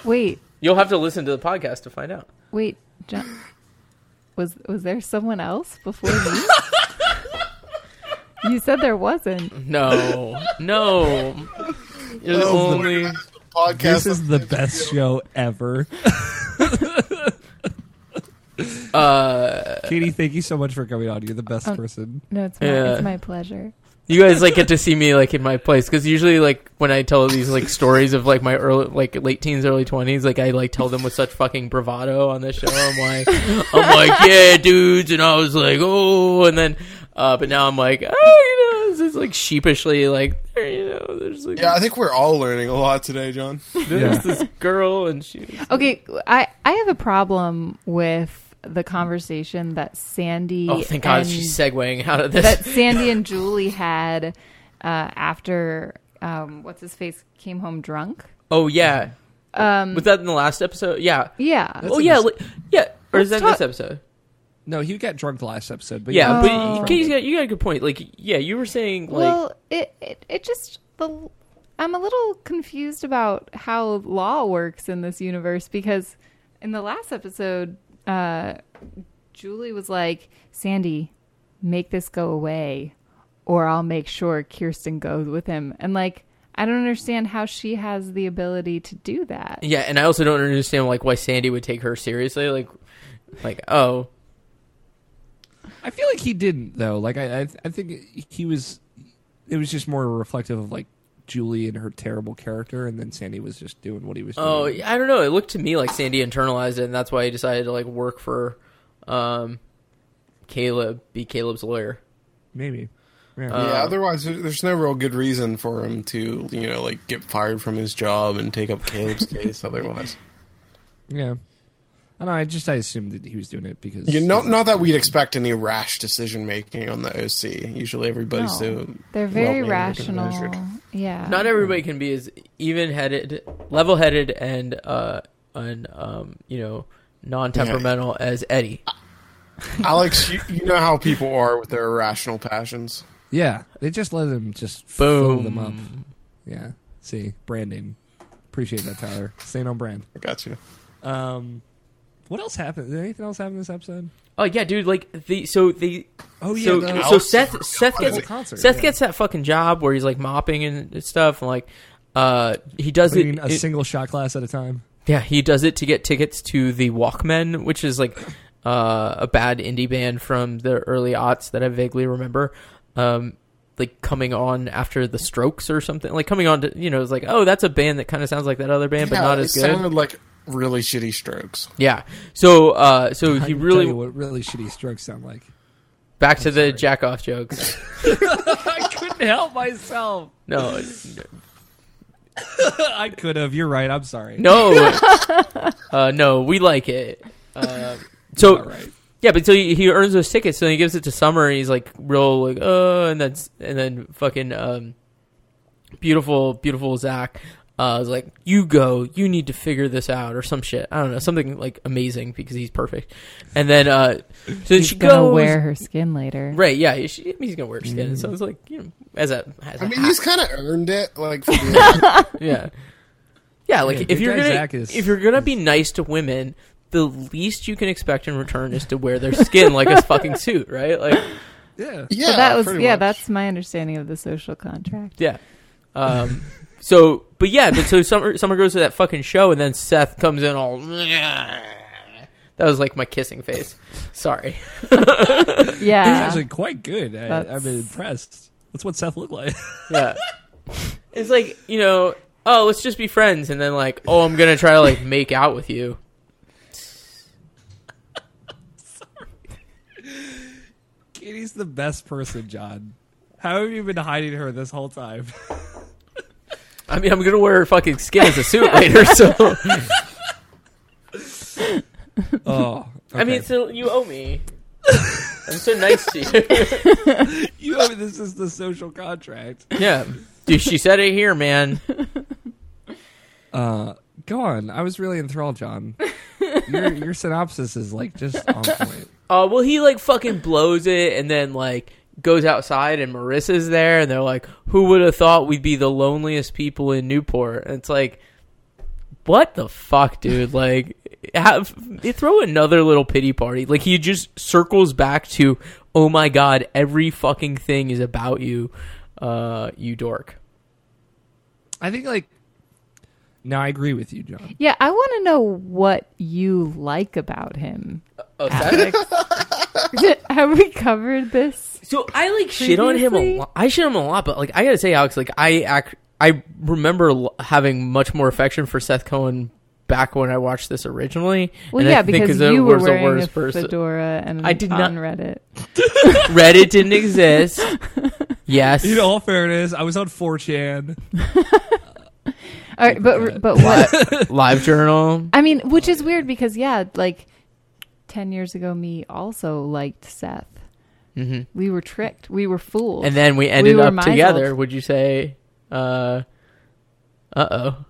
Wait, you'll have to listen to the podcast to find out. wait, John. Was was there someone else before me? you said there wasn't. No, no. You're the Oh, only. Podcast. This is the best show ever. Uh, Katie, thank you so much for coming on. You're the best Um, person. No, it's my, Yeah. it's my pleasure. you guys like get to see me like in my place because usually like when I tell these like stories of like my early like late teens, early twenties, like I like tell them with such fucking bravado on this show. I'm like, I'm like, yeah, dudes, and I was like, oh, and then, uh, but now I'm like, oh, you know, this It's like sheepishly like there you know. There's like Yeah, I think we're all learning a lot today, John. there's Yeah. this girl and she. was- Okay, I I have a problem with the conversation that Sandy. Oh, thank God and- she's segueing out of this. that Sandy and Julie had uh, after um, what's his face came home drunk. oh yeah. Um, was that in the last episode? Yeah. Yeah. oh yeah, mis- like, yeah. Or is that Let's in this talk- episode? No, he got drunk the last episode. But Yeah, Oh. but you, you got you got a good point. Like yeah, you were saying like well, it, it it just the I'm a little confused about how law works in this universe because in the last episode, uh, Julie was like, "Sandy, make this go away, or I'll make sure Kirsten goes with him." And like, I don't understand how she has the ability to do that. yeah, and I also don't understand like why Sandy would take her seriously. Like like oh I feel like he didn't though. Like I, I, I think he was. It was just more reflective of like Julie and her terrible character, and then Sandy was just doing what he was. Oh, doing. I don't know. It looked to me like Sandy internalized it, and that's why he decided to like work for um, Caleb, be Caleb's lawyer. maybe. Yeah. yeah, otherwise there- there's no real good reason for him to, you know, like get fired from his job and take up Caleb's case otherwise. yeah. I don't know. I just I assumed that he was doing it because You know, not that we'd expect any rash decision making on the OC. Usually everybody's No. so They're very well-mannered and rational. measured. Yeah. Not everybody can be as even-headed, level-headed, and uh, and um, you know, non-temperamental as Eddie. Alex, you, you know how people are with their irrational passions. yeah they just let him just fill Boom. them up. Yeah. See branding. Appreciate that, Tyler. Staying on brand. I got you. Um, what else happened? Did anything else happen this episode? Oh yeah, dude. Like the so the Oh yeah, so the- so Alex Seth Seth the gets whole concert, Seth yeah. gets that fucking job where he's like mopping and stuff, and like uh, he does Cleaning it, a it- single shot glass at a time. Yeah, he does it to get tickets to the Walkmen, which is like uh, a bad indie band from the early aughts that I vaguely remember. Um, like coming on after the Strokes or something. Like coming on to you know, it's like oh, that's a band that kind of sounds like that other band, but Yeah, not as it good. sounded like really shitty strokes. yeah. So uh, so he I can tell really you what really shitty strokes sound like. back to the jack off jokes. I couldn't help myself. No, I could have. You're right. I'm sorry. no, uh, no, we like it. Uh, so All right. Yeah, but so he, he earns those tickets, so he gives it to Summer, and he's like real like, oh, and that's and then fucking um, beautiful, beautiful Zach uh, is like, you go, you need to figure this out or some shit. I don't know, something like amazing because he's perfect. And then uh, so then She's she gonna goes, wear Mm-hmm. her skin later. right? Yeah, she, he's gonna wear her skin. So it's like you know, as a as a I mean, hat. he's kind of earned it. Like, for the, yeah, yeah. Like Yeah, if good you're guy gonna Zach is- if you're gonna be nice to women. The least you can expect in return is to wear their skin like a fucking suit, right? Like, Yeah. yeah, So that was pretty yeah. much. That's my understanding of the social contract. Yeah. Um, so, but yeah, but so summer summer goes to that fucking show, and then Seth comes in all. That was like my kissing face. Sorry. He's Yeah. actually quite good. I, That's- I'm impressed. That's what Seth looked like. Yeah. It's like you know, oh, let's just be friends, and then like, oh, I'm gonna try to like make out with you. Katie's the best person, John. How have you been hiding her this whole time? I mean, I'm gonna wear her fucking skin as a suit later. So Oh, I mean, so you owe me. I'm so nice to you. you have this is the social contract. yeah, dude, she said it here, man. Uh, go on. I was really enthralled, John. Your your synopsis is like just on point. Uh, well, he like fucking blows it, and then like goes outside, and Marissa's there, and they're like, "Who would have thought we'd be the loneliest people in Newport?" And it's like, what the fuck, dude? Like, have they throw another little pity party? Like he just circles back to, "Oh my god, every fucking thing is about you, uh, you dork." I think like. No, I agree with you, John. Yeah, I want to know what you like about him. Oh, Alex. Have we covered this? So I like shit on him a Previously? lot. I shit on him a lot, but like I gotta say, Alex, like I act, I remember l- having much more affection for Seth Cohen back when I watched this originally. Well, and I yeah, think because 'cause it you were was wearing a person. fedora and I did not- on Reddit. Reddit didn't exist. Yes. In all fairness, I was on 4chan. All right, but but what? Live journal. I mean, which is weird because yeah, like ten years ago, me also liked Seth. hmm We were tricked. We were fooled. And then we ended were up misled. together. Would you say, uh, uh oh,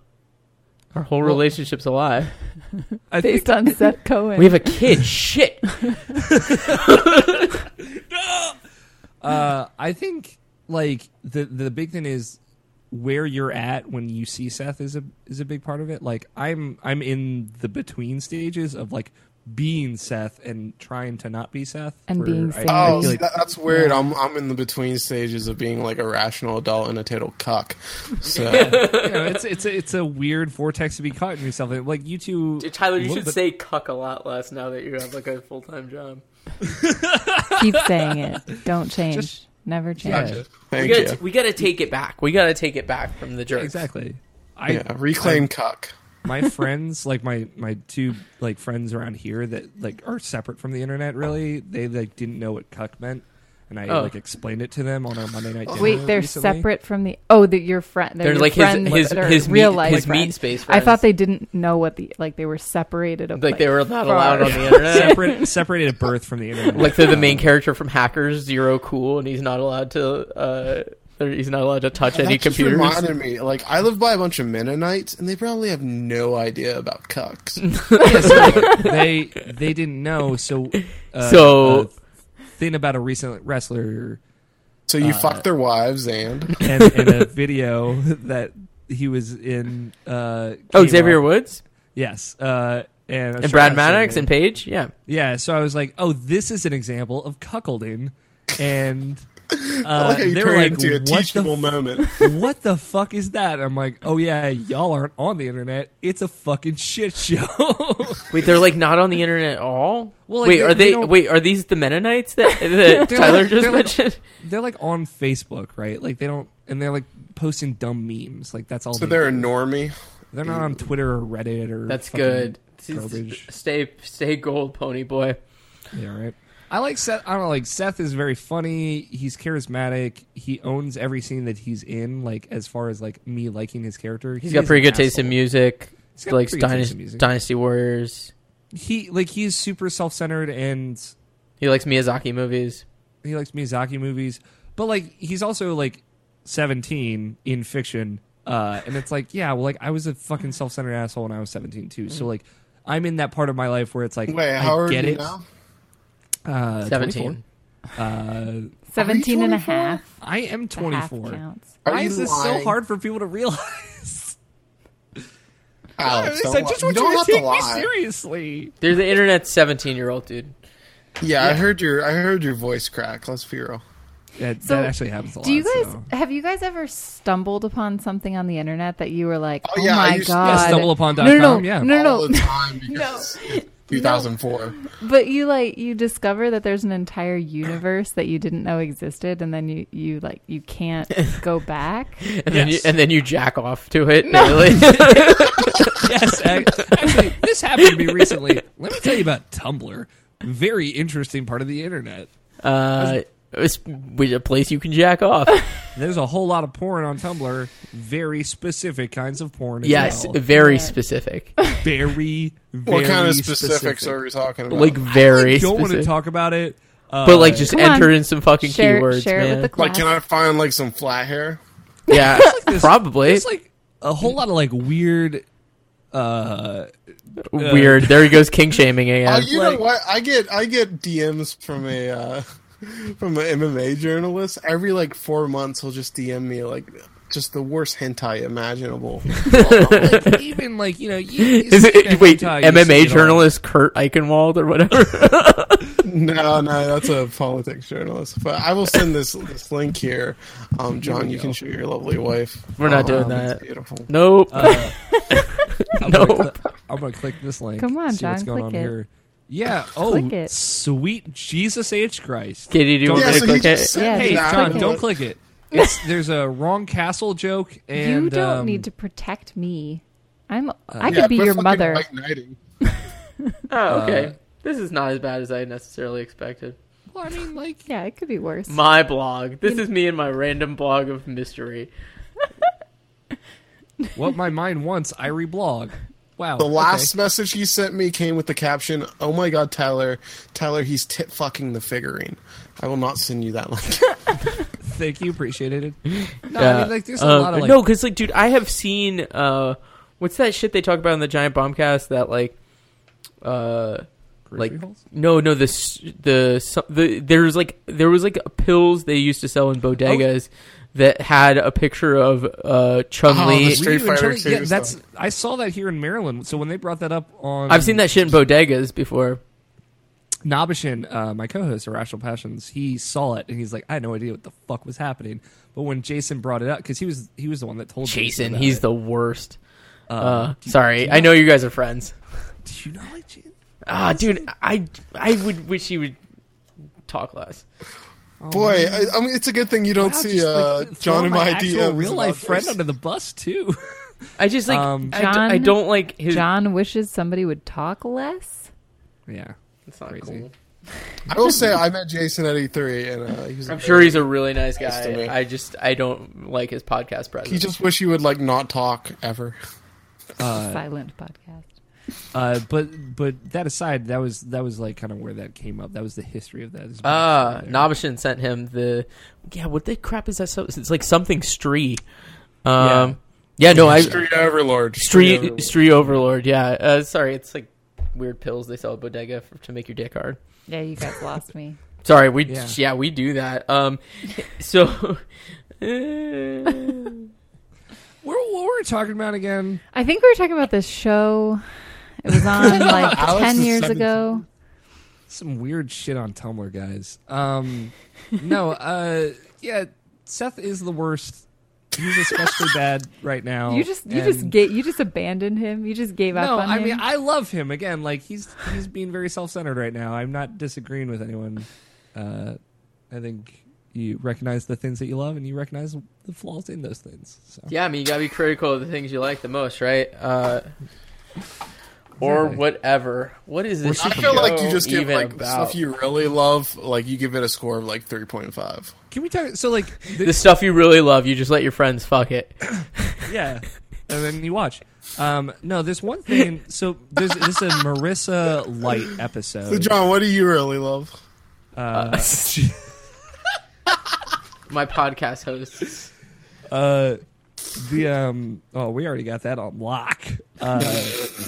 our whole relationship's alive. I think, based on Seth Cohen. We have a kid. Shit. uh, I think like the the big thing is where you're at when you see Seth is a is a big part of it. Like I'm I'm in the between stages of like being Seth and trying to not be Seth And where being I- Seth. I Oh, feel see, like- that, that's weird. I'm I'm in the between stages of being like a rational adult and a total cuck. So you know, it's it's a, it's a weird vortex to be caught in yourself. in. Like you two, Tyler, you Well, should but- say cuck a lot less now that you have like a full time job. Keep saying it. Don't change. Just- Never change. yeah, We thank gotta, you. t- we gotta take it back. We gotta take it back from the jerks. exactly. I yeah, reclaim cuck. my friends, like my my two like friends around here that like are separate from the internet. Really, they like didn't know what cuck meant, and I Oh. like explained it to them on our Monday night. Dinner Wait, they're recently. separate from the oh, that your friend. They're, They're your like his- friend, his- they're his meat- real life his meat friends. space I thought friends. they didn't know what the like they were separated. Of, Like they were not far. allowed on the internet. Separate, separated at birth from the internet. like they're the Um, main character from Hackers, Zero Cool, and he's not allowed to. Uh, or he's not allowed to touch any that just computers. reminded me. Like I live by a bunch of Mennonites, and they probably have no idea about cucks. yeah, so they they didn't know. So uh, So- uh, thing about a recent wrestler So Uh, you fuck their wives, and and, and a video that he was in. Uh, Oh, came Xavier up. Woods Yes. Uh, and and Brad Maddox and Paige. Yeah, yeah. So I was like, oh, this is an example of cuckolding, and I uh, like how you they were turn it like, into a what teachable the. moment. f- What the fuck is that? I'm like, oh yeah, y'all aren't on the internet. It's a fucking shit show. wait, they're like not on the internet at all. Well, like, wait, they- are they they? don't- wait, are these the Mennonites that, that They're Tyler like- just they're like- mentioned? they're like on Facebook, right? Like they don't, and they're like posting dumb memes. Like that's all. So they they're a do. normie. They're not on Twitter or Reddit or. That's fucking good. Garbage. Stay, stay gold, pony boy. Yeah, right. I like Seth. I don't know, like Seth is very funny. He's charismatic. He owns every scene that he's in. Like as far as like me liking his character, He's got pretty good taste in music. He's got Like pretty good taste Dynasty, in music. Dynasty Warriors. He like he's super self centered and He likes Miyazaki movies. he likes Miyazaki movies, but like he's also like seventeen in fiction. Uh, and it's like yeah, well, like I was a fucking self centered asshole when I was seventeen too. Mm-hmm. So like I'm in that part of my life where it's like Wait, I how are get you it. now? Uh, 17. 24. Uh, 17 and 24? a half. I am The half 24. counts. Are Why you is this so lying? hard for people to realize? Alex, don't I lie. just you want you, don't have to to take me lie. seriously. They're the internet's seventeen-year-old dude. Yeah, I heard your I heard your voice crack. Let's be real. That, So, that actually happens a lot. Do you guys so. have you guys ever stumbled upon something on the internet that you were like, oh, Oh, yeah, I my used to- god, stumbleupon.com, No, no, no, yeah. no, All no, the no. time because it's 2004. But you like you discover that there's an entire universe that you didn't know existed, and then you you like you can't go back. And, then you, Yes. and then you jack off to it. really. yes, ac- actually, this happened to me recently. Let me tell you about Tumblr. Very interesting part of the internet. Uh, it's with a place you can jack off. There's a whole lot of porn on Tumblr. Very specific kinds of porn. as yes, well. very Yeah. specific. very, very. What kind of specific. specifics are we talking about? Like very Don't want to specific. talk about it. Uh, but like just Come on. enter in some fucking share keywords, share it man. with the class. like, can I find like some flat hair? yeah, probably. It's like a whole lot of like weird. Uh, Weird. There he goes king shaming Oh, again. you like- know what? I get I get DMs from a uh, from an MMA journalist every like four months. He'll just DM me like just the worst hentai imaginable. like even like you know, you, you Is see it, that wait, hentai, you Uh, see MMA it all. journalist Kurt Eichenwald or whatever? no, no, that's a politics journalist. But I will send this this link here, um, John. You can show your lovely wife. We're not Um, doing that. It's beautiful. Nope. Uh, I'm Nope. Gonna cli- I'm gonna click this link. Come on, see what's John, going on click it. here. Yeah. Oh, Click it. sweet Jesus H Christ. Katie, do you Don't- want me Yeah, to so he click it? just Yeah, sent me Hey, that. John, click it. don't click it. It's, there's a wrong castle joke, and you don't um, need to protect me. I'm I could Yeah, be quit your fucking mother. white knighting. uh, Oh, okay. this is not as bad as I necessarily expected. Well, I mean, like, Yeah, it could be worse. My blog. This is me and my random blog of mystery. what my mind wants, I reblog. Wow. The okay. last message he sent me came with the caption, "Oh my God, Tyler, Tyler, he's tit fucking the figurine." I will not send you that link. Thank you, appreciate it. No, Oh, I Yeah. mean, like, there's Uh, a lot of like, no, because like, dude, I have seen uh, what's that shit they talk about in the Giant Bombcast that like, uh, grocery like- holes? no, no, the s- the so- the there's like there was like pills they used to sell in bodegas Oh. that had a picture of uh Chun Oh, Li. the Street We even Fighter tried- two yeah, stuff. that's. I saw that here in Maryland. So when they brought that up on, I've seen that shit in bodegas before. Nabishin, uh, my co-host, Irrational Passions, he saw it and he's like, I had no idea what the fuck was happening. But when Jason brought it up, because he was he was the one that Um, told Jason, me he's about the worst. it. Uh, sorry, I know you guys are friends. Did you not like Jason? Ah, dude, I I would wish he would talk less. Boy, I, I mean, it's a good thing you don't Wow, see just, like, uh, throw John and my actual DMs real life about friend this. under the bus too. I just like Um, I, d- I John- don't like his. John wishes somebody would talk less. yeah, it's not crazy. cool. I will say, I met Jason at E3, and uh, he was. I'm sure he's a really nice Nice to guy. me. I just I don't like his podcast presence. He just wish he would like not talk ever. Silent podcast. Uh, but but that aside, that was that was like kind of where that came up. That was the history of that. Is Ah, right there. Nabishin sent him the yeah. What the crap is that? So it's like something Stree. Um, yeah. no, I Stree Overlord. Stree, Overlord. Yeah, uh, sorry, it's like weird pills they sell at bodega for, to make your dick hard. Yeah, you guys lost me. Sorry, we yeah, Yeah. we do that. Um, so. eh, We're, what were we talking about again? I think we were talking about this show. It was on like Alex ten is years 17. ago. Some weird shit on Tumblr, guys. Um, no, uh, yeah, Seth is the worst. He's especially bad right now. You just you Oh, and- just get you just abandoned him. You just gave up no, on I him. mean I love him again. Like he's he's being very self centered right now. I'm not disagreeing with anyone. Uh, I think you recognize the things that you love, and you recognize the flaws in those things. So. Yeah, I mean, you gotta be critical of the things you like the most, right? Uh, or Exactly. whatever. What is this? I feel like you show just give even like the about? stuff you really love, like you give it a score of like three point five. Can we talk? So like, the, the stuff you really love. You just let your friends fuck it. yeah, and then you watch. Um, no, there's one thing. So there's this is a Marissa Light So, episode. John, what do you really love? Uh, My podcast hosts. uh, the um, oh, we already got that on lock. Uh,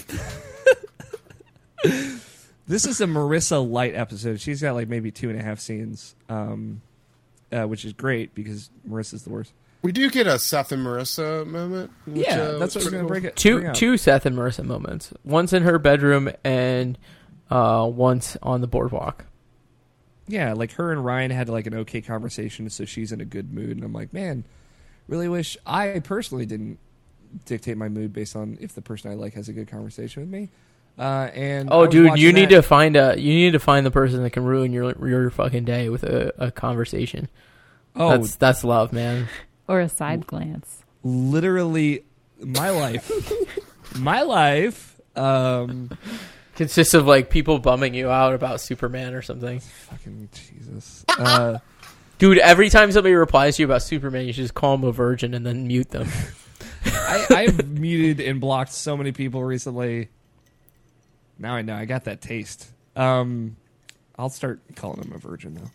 this is a Marissa Light episode. She's got like maybe two and a half scenes, um, uh, which is great because Marissa's the worst. We do get a Seth and Marissa moment. which, yeah, uh, that's what was we're gonna cool. break it. Two bring up. two Seth and Marissa moments. Once in her bedroom and uh, once on the boardwalk. yeah, like her and Ryan had like an okay conversation, so she's in a good mood, and I'm like, man, really wish I personally didn't dictate my mood based on if the person I like has a good conversation with me. Uh, and I Oh, was dude, watching you need that- to find a you need to find the person that can ruin your your fucking day with a, a conversation. Oh, That's that's love, man. or a side glance. literally, my life, my life. Um, Consists of like people bumming you out about Superman or something. fucking Jesus. Uh, Dude, every time somebody replies to you about Superman, you should just call them a virgin and then mute them. I, I've muted and blocked so many people recently. Now I know I got that taste. Um, I'll start calling him a virgin though.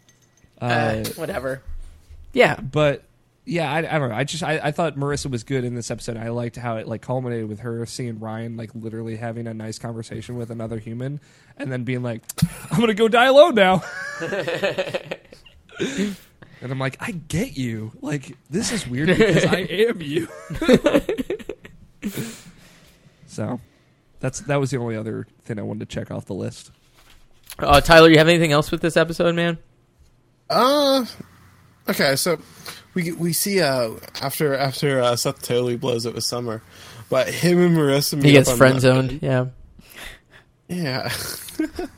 Uh, whatever. Yeah. but yeah, I, I don't know. I just I, I thought Marissa was good in this episode. I liked how it like culminated with her seeing Ryan like literally having a nice conversation with another human, and then being like, "I'm gonna go die alone now." and I'm like, "I get you. Like this is weird because I am you." so that's that was the only other thing I wanted to check off the list. Uh, Tyler, you have anything else with this episode, man? Uh, okay. So we we see uh after after uh, Seth totally blows it with Summer, but him and Marissa meet He gets up on friend the- zoned. Yeah. Yeah.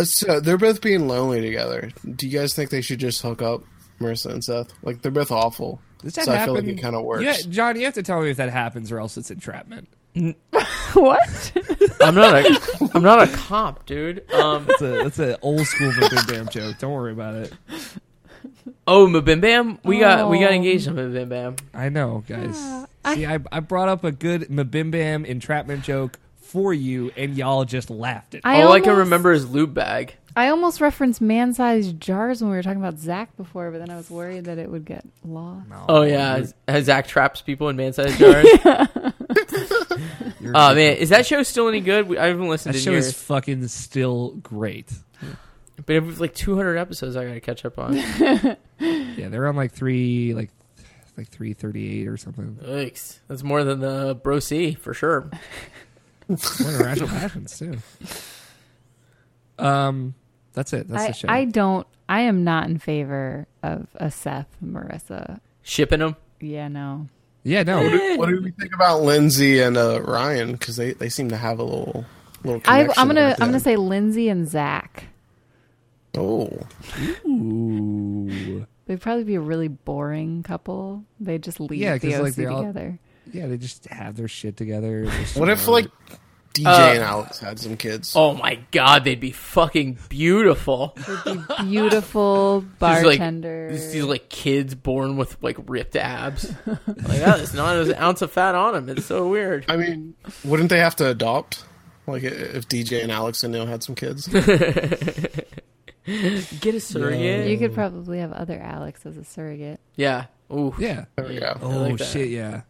Uh, so they're both being lonely together. Do you guys think they should just hook up, Marissa and Seth? Like they're both awful. Does that so happen? I feel like it kind of works. Yeah, John, you have to tell me if that happens, or else it's entrapment. what? I'm not a I'm not a cop, dude. Um, That's a that's an old school Bim Bam joke. Don't worry about it. oh, Mabim Bam, we got we got Oh. engaged on Mabim Bam. I know, guys. Yeah, See, I, I brought up a good Mabim Bam entrapment joke for you, and y'all just laughed at. me. I All I can almost- remember is lube bag. I almost referenced man-sized jars when we were talking about Zach before, but then I was worried that it would get lost. Oh yeah, has Zach traps people in man-sized jars. You're- Oh man, is that show still any good? We, I haven't listened that in show years, is fucking still great. but it was like 200 episodes. I gotta catch up on. Yeah, they're on like three, like like three thirty eight or something. Yikes, that's more than the Bro C for sure. One of Rational Passions too. Um, that's it. That's I, the show. I don't. I am not in favor of a Seth Marissa. Shipping them. Yeah, no. yeah, no. What do we think about Lindsay and uh, Ryan? Because they, they seem to have a little little. I, Connection I'm gonna. there at the I'm gonna end. say Lindsay and Zach. Oh, Ooh. They'd probably be a really boring couple. They just leave Yeah, 'cause, the OC like, they all- together. Yeah, they just have their shit together. They're what if smart. like uh, DJ and Alex had some kids? Oh my god, they'd be fucking beautiful. Beautiful These, like- bartender. These, these like kids born with like ripped abs. like, oh, there's not an ounce of fat on them. It's so weird. I mean, wouldn't they have to adopt? Like i- if DJ and Alex and Neil had some kids, Get a surrogate. you could probably have other Alex as a surrogate. Yeah. Ooh. Yeah. there we go. Oh like that. shit. Yeah.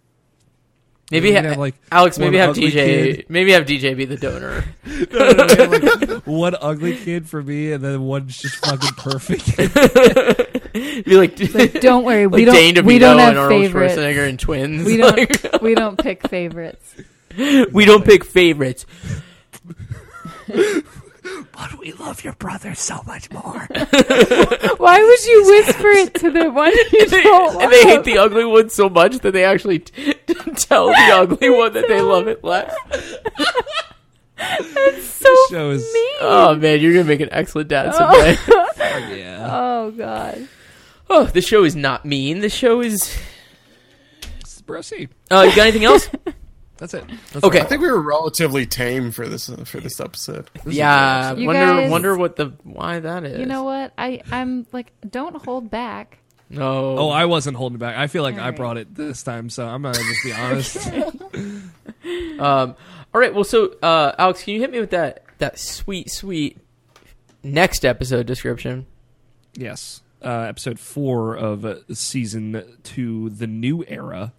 Maybe We'd ha- have, like, Alex. one Maybe have ugly DJ. kid. Maybe have DJ be the donor. one ugly kid for me, and then one's just fucking perfect. be like, like Don't worry, we don't. Dane DeVito we don't and have Arnold favorites. Schwarzenegger and twins. We Like, don't. we don't pick favorites. we don't pick favorites. but we love your brother so much more. Why would you whisper it to the one you They- don't and they hate love? the ugly one so much that they actually t- tell the ugly one that they love it less. so show is- mean. Oh man, you're gonna make an excellent dad someday. yeah. Oh god. Oh, the show is not mean. The show is. It's Bro C. Uh, you got anything else? That's it. That's Okay. I think we were relatively tame for this for this episode. yeah. You Wonder guys- wonder what the why that is. You know what? I I'm like don't hold back. No. all. Oh, I wasn't holding back. I feel like I Alright. brought it this time, so I'm gonna just be honest. Um, all right. Well, so uh, Alex, can you hit me with that that sweet sweet next episode description? yes. Uh, episode four of uh, season two, the new era,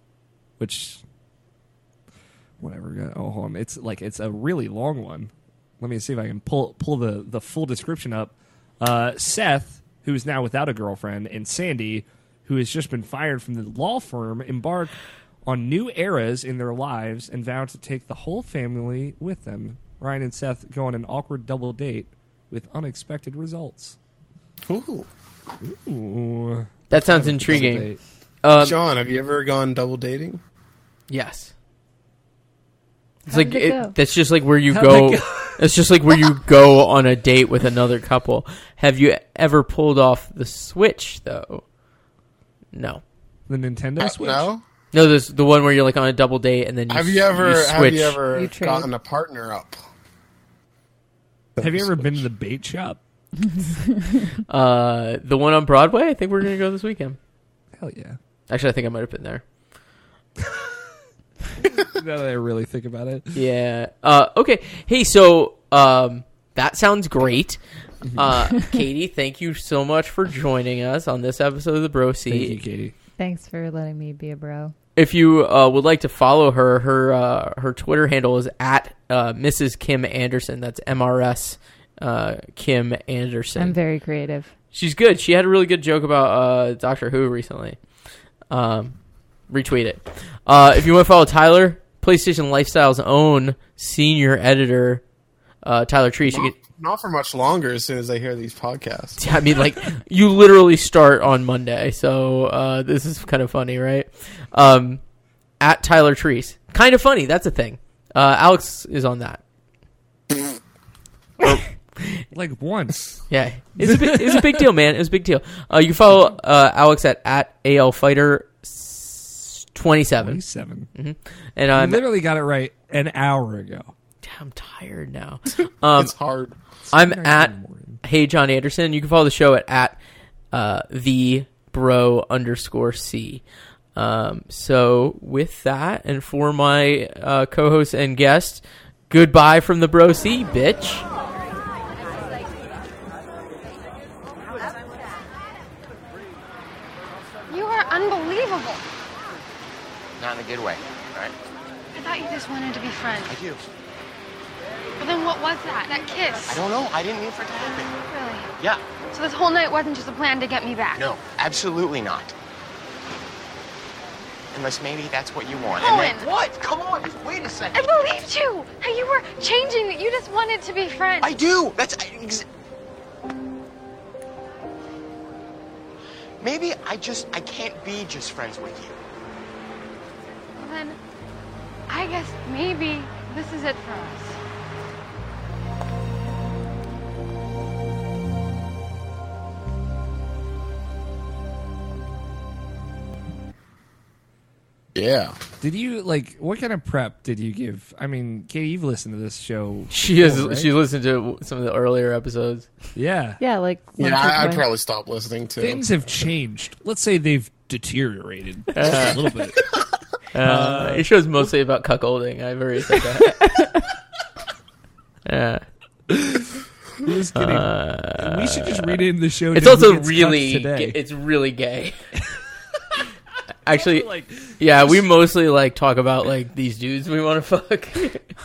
which whatever. Oh, hold on. It's like it's a really long one. Let me see if I can pull pull the the full description up. Uh, Seth, who is now without a girlfriend, and Sandy, who has just been fired from the law firm, embark on new eras in their lives and vow to take the whole family with them. Ryan and Seth go on an awkward double date with unexpected results. Ooh. Ooh, That sounds intriguing. Date. Um, John, have you ever gone double dating? yes. It's How like did it go? it, that's just like where you How'd go. it It's just like where you go on a date with another couple. Have you ever pulled off the switch though? No. The Nintendo Switch. Uh, No. No, there's the one where you're like on a double date and then you Have s- you ever have switch. you ever You trade. gotten a partner up? Have you ever been to the bait shop? uh the one on Broadway? I think we're gonna go this weekend. Hell yeah. Actually, I think I might have been there. now that I really think about it. Yeah. Uh, okay. Hey, so um, that sounds great. Mm-hmm. Uh, Katie, thank you so much for joining us on this episode of the Bro Thank you, Seat. Katie. Thanks for letting me be a bro. If you uh, would like to follow her, her uh, her Twitter handle is at uh, Mrs. Kim Anderson. That's MRS uh, Kim Anderson. I'm very creative. She's good. She had a really good joke about uh, Doctor Who recently. Um, retweet it. Uh, if you want to follow Tyler, PlayStation Lifestyle's own senior editor, uh, Tyler Trees. You Not, not for much longer. As soon as I hear these podcasts, can, I mean, like you literally start on Monday, so uh, this is kind of funny, right? Um, at Tyler Trees, kind of funny. That's a thing. Uh, Alex is on that. Like once. Yeah, it's a big, it's a big deal, man. It's a big deal. Uh, you can follow uh, Alex at at al fighter 27. 27. And I I'm, literally got it right an hour ago. I'm tired now. Um, it's hard. I'm Nine at in the morning. Hey John Anderson. You can follow the show at, at uh, the bro underscore C. Um, so with that, and for my uh, co-host and guest, goodbye from the bro C, bitch. You are unbelievable. Not in a good way, right? I thought you just wanted to be friends. I do. Well, then what was that? That kiss? I don't know. Oh, I didn't mean for it to happen. really. Yeah. So this whole night wasn't just a plan to get me back. No, absolutely not. Unless maybe that's what you want. Owen! what? Come on, just wait a I second. believed you. How you were changing. That you just wanted to be friends. I do. That's I- ex- Maybe I just I can't be just friends with you. Well, then, I guess maybe this is it for us. Yeah. Did you like what kind of prep did you give? I mean, Katie, you've listened to this show. She is. before, right? She listened to some of the earlier episodes. yeah. Yeah, like Yeah, lunch with I, I'd my- probably stop listening too. Things have changed. Let's say they've deteriorated just a little bit. Uh, it shows mostly about cuckolding. I've already said that. yeah. Just kidding. we should just read it in the show. Uh, It's to also who gets cucked really. today. It's really gay. Actually, like Yeah, we mostly like talk about like these dudes we want to fuck.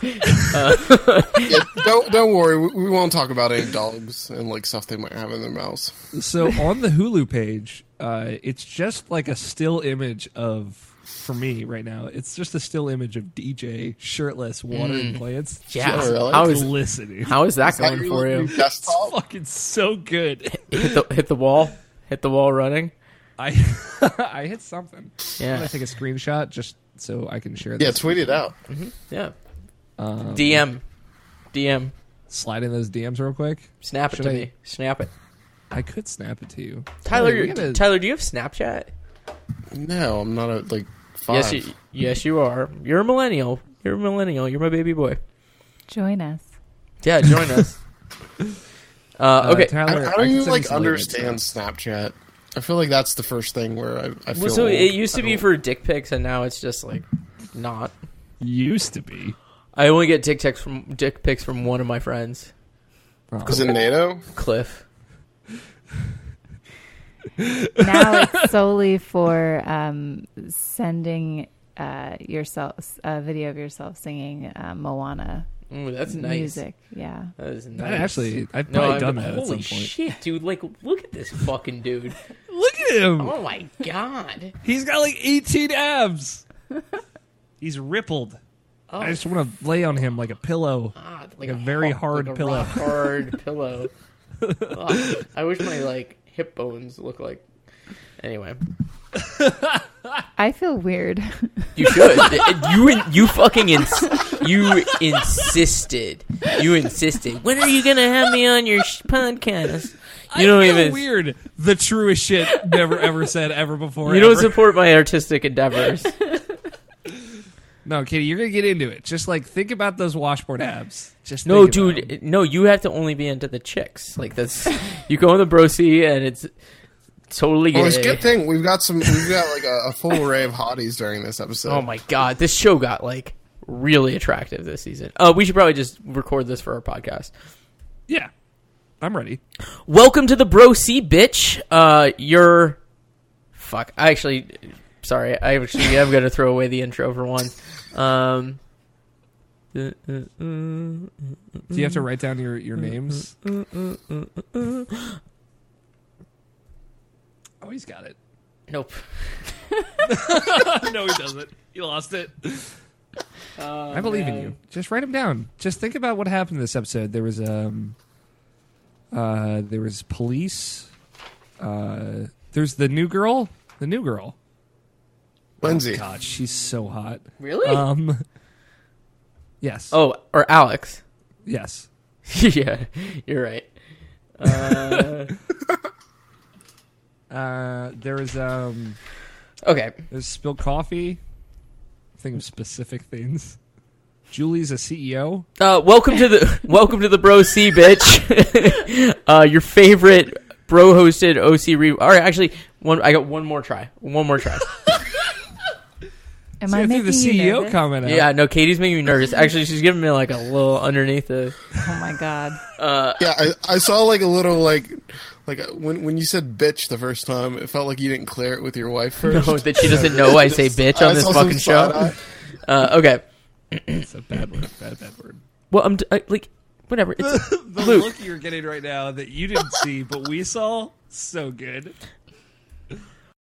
Yeah, don't don't worry. We, we won't talk about any dogs and like stuff they might have in their mouths. so on the Hulu page, uh, it's just like a still image of for me right now. It's just a still image of DJ shirtless watering plants. Yeah, just really? how is listening. how is that Is going that for your you? desktop? fucking so good. Hit the hit the wall, hit the wall running. I I hit something. I'm Yeah, gonna take a screenshot just so I can share Yeah, this. tweet it out. yeah. DM, DM, Slide in those DMs real quick. snap it Should to I- me, snap it. I could snap it to you, Tyler, we you- gotta- Tyler, do you have Snapchat? No, I'm not a like five. Yes, you, yes, you are. You're a millennial. You're a millennial. You're my baby boy. join us. Yeah, join us. Uh, Uh, okay. I, Tyler, I don't can even send like some later. understand Snapchat. I feel like that's the first thing where I, I feel. Well, so old. it used to I be don't- for dick pics, and now it's just like not. Used to be. I only get dick pics from dick pics from one of my friends, Oh. was it NATO? Cliff. now it's solely for um, sending uh, yourself a video of yourself singing uh, Moana Ooh, that's nice. music. Yeah, That is nice. That actually, I've No, probably I'm- done that at Holy some point. shit, dude! Like, look at this fucking dude. Look at him. Oh my god. He's got like 18 abs. He's rippled. Oh, I just want to lay on him like a pillow. God, a very ho- hard like a pillow. rock hard pillow. Ugh, I wish my like hip bones look like. Anyway, I feel weird. you should. you you fucking ins- you insisted. You insisted. When are you gonna have me on your sh- podcast? You I don't feel even. weird. The truest shit never ever said ever before. You don't ever. support my artistic endeavors. no, Katie, you're gonna get into it. Just like think about those washboard abs. Just No, think about dude, 'em. no. You have to only be into the chicks. Like that's you go in the brosy and it's totally gay. Well, it's a good thing we've got some. We've got like a, a full array of hotties during this episode. oh my god, this show got like really attractive this season. Uh, we should probably just record this for our podcast. Yeah, I'm ready. Welcome to the brosy, bitch. Uh, you're fuck. I actually, sorry, I actually am gonna throw away the intro for one. Um, uh, uh, Do you have to write down your your names? Oh, he's got it. nope. no, he doesn't. He lost it. I believe in you. Just write them down. Just think about what happened this episode. There was um, uh, there was police. Uh, there's the new girl. The new girl. Lindsay. God, she's so hot. Really? Um. Yes. oh, or Alex. yes. yeah, you're right. Uh, Uh, there was um, okay. there's spilled coffee. Think of specific things. Julie's a E CEO. Uh, welcome to the welcome to the bro C bitch. uh, your favorite bro hosted OC re. All right, actually, one. I got one more try. One more try. Am See, I I threw making the E you CEO nervous? comment out. yeah, no, Katie's making me nervous. Actually, she's giving me like a little underneath the. Oh my god. Yeah, I, I saw like a little like like when when you said bitch the first time, it felt like you didn't clear it with your wife first. No, that she doesn't know I say bitch on I this saw some fucking show. side-eye. Uh, okay. It's a bad word. Bad, bad word. Well, I'm d- I, like whatever. It's, the Luke. look you're getting right now that you didn't see, but we saw, so good.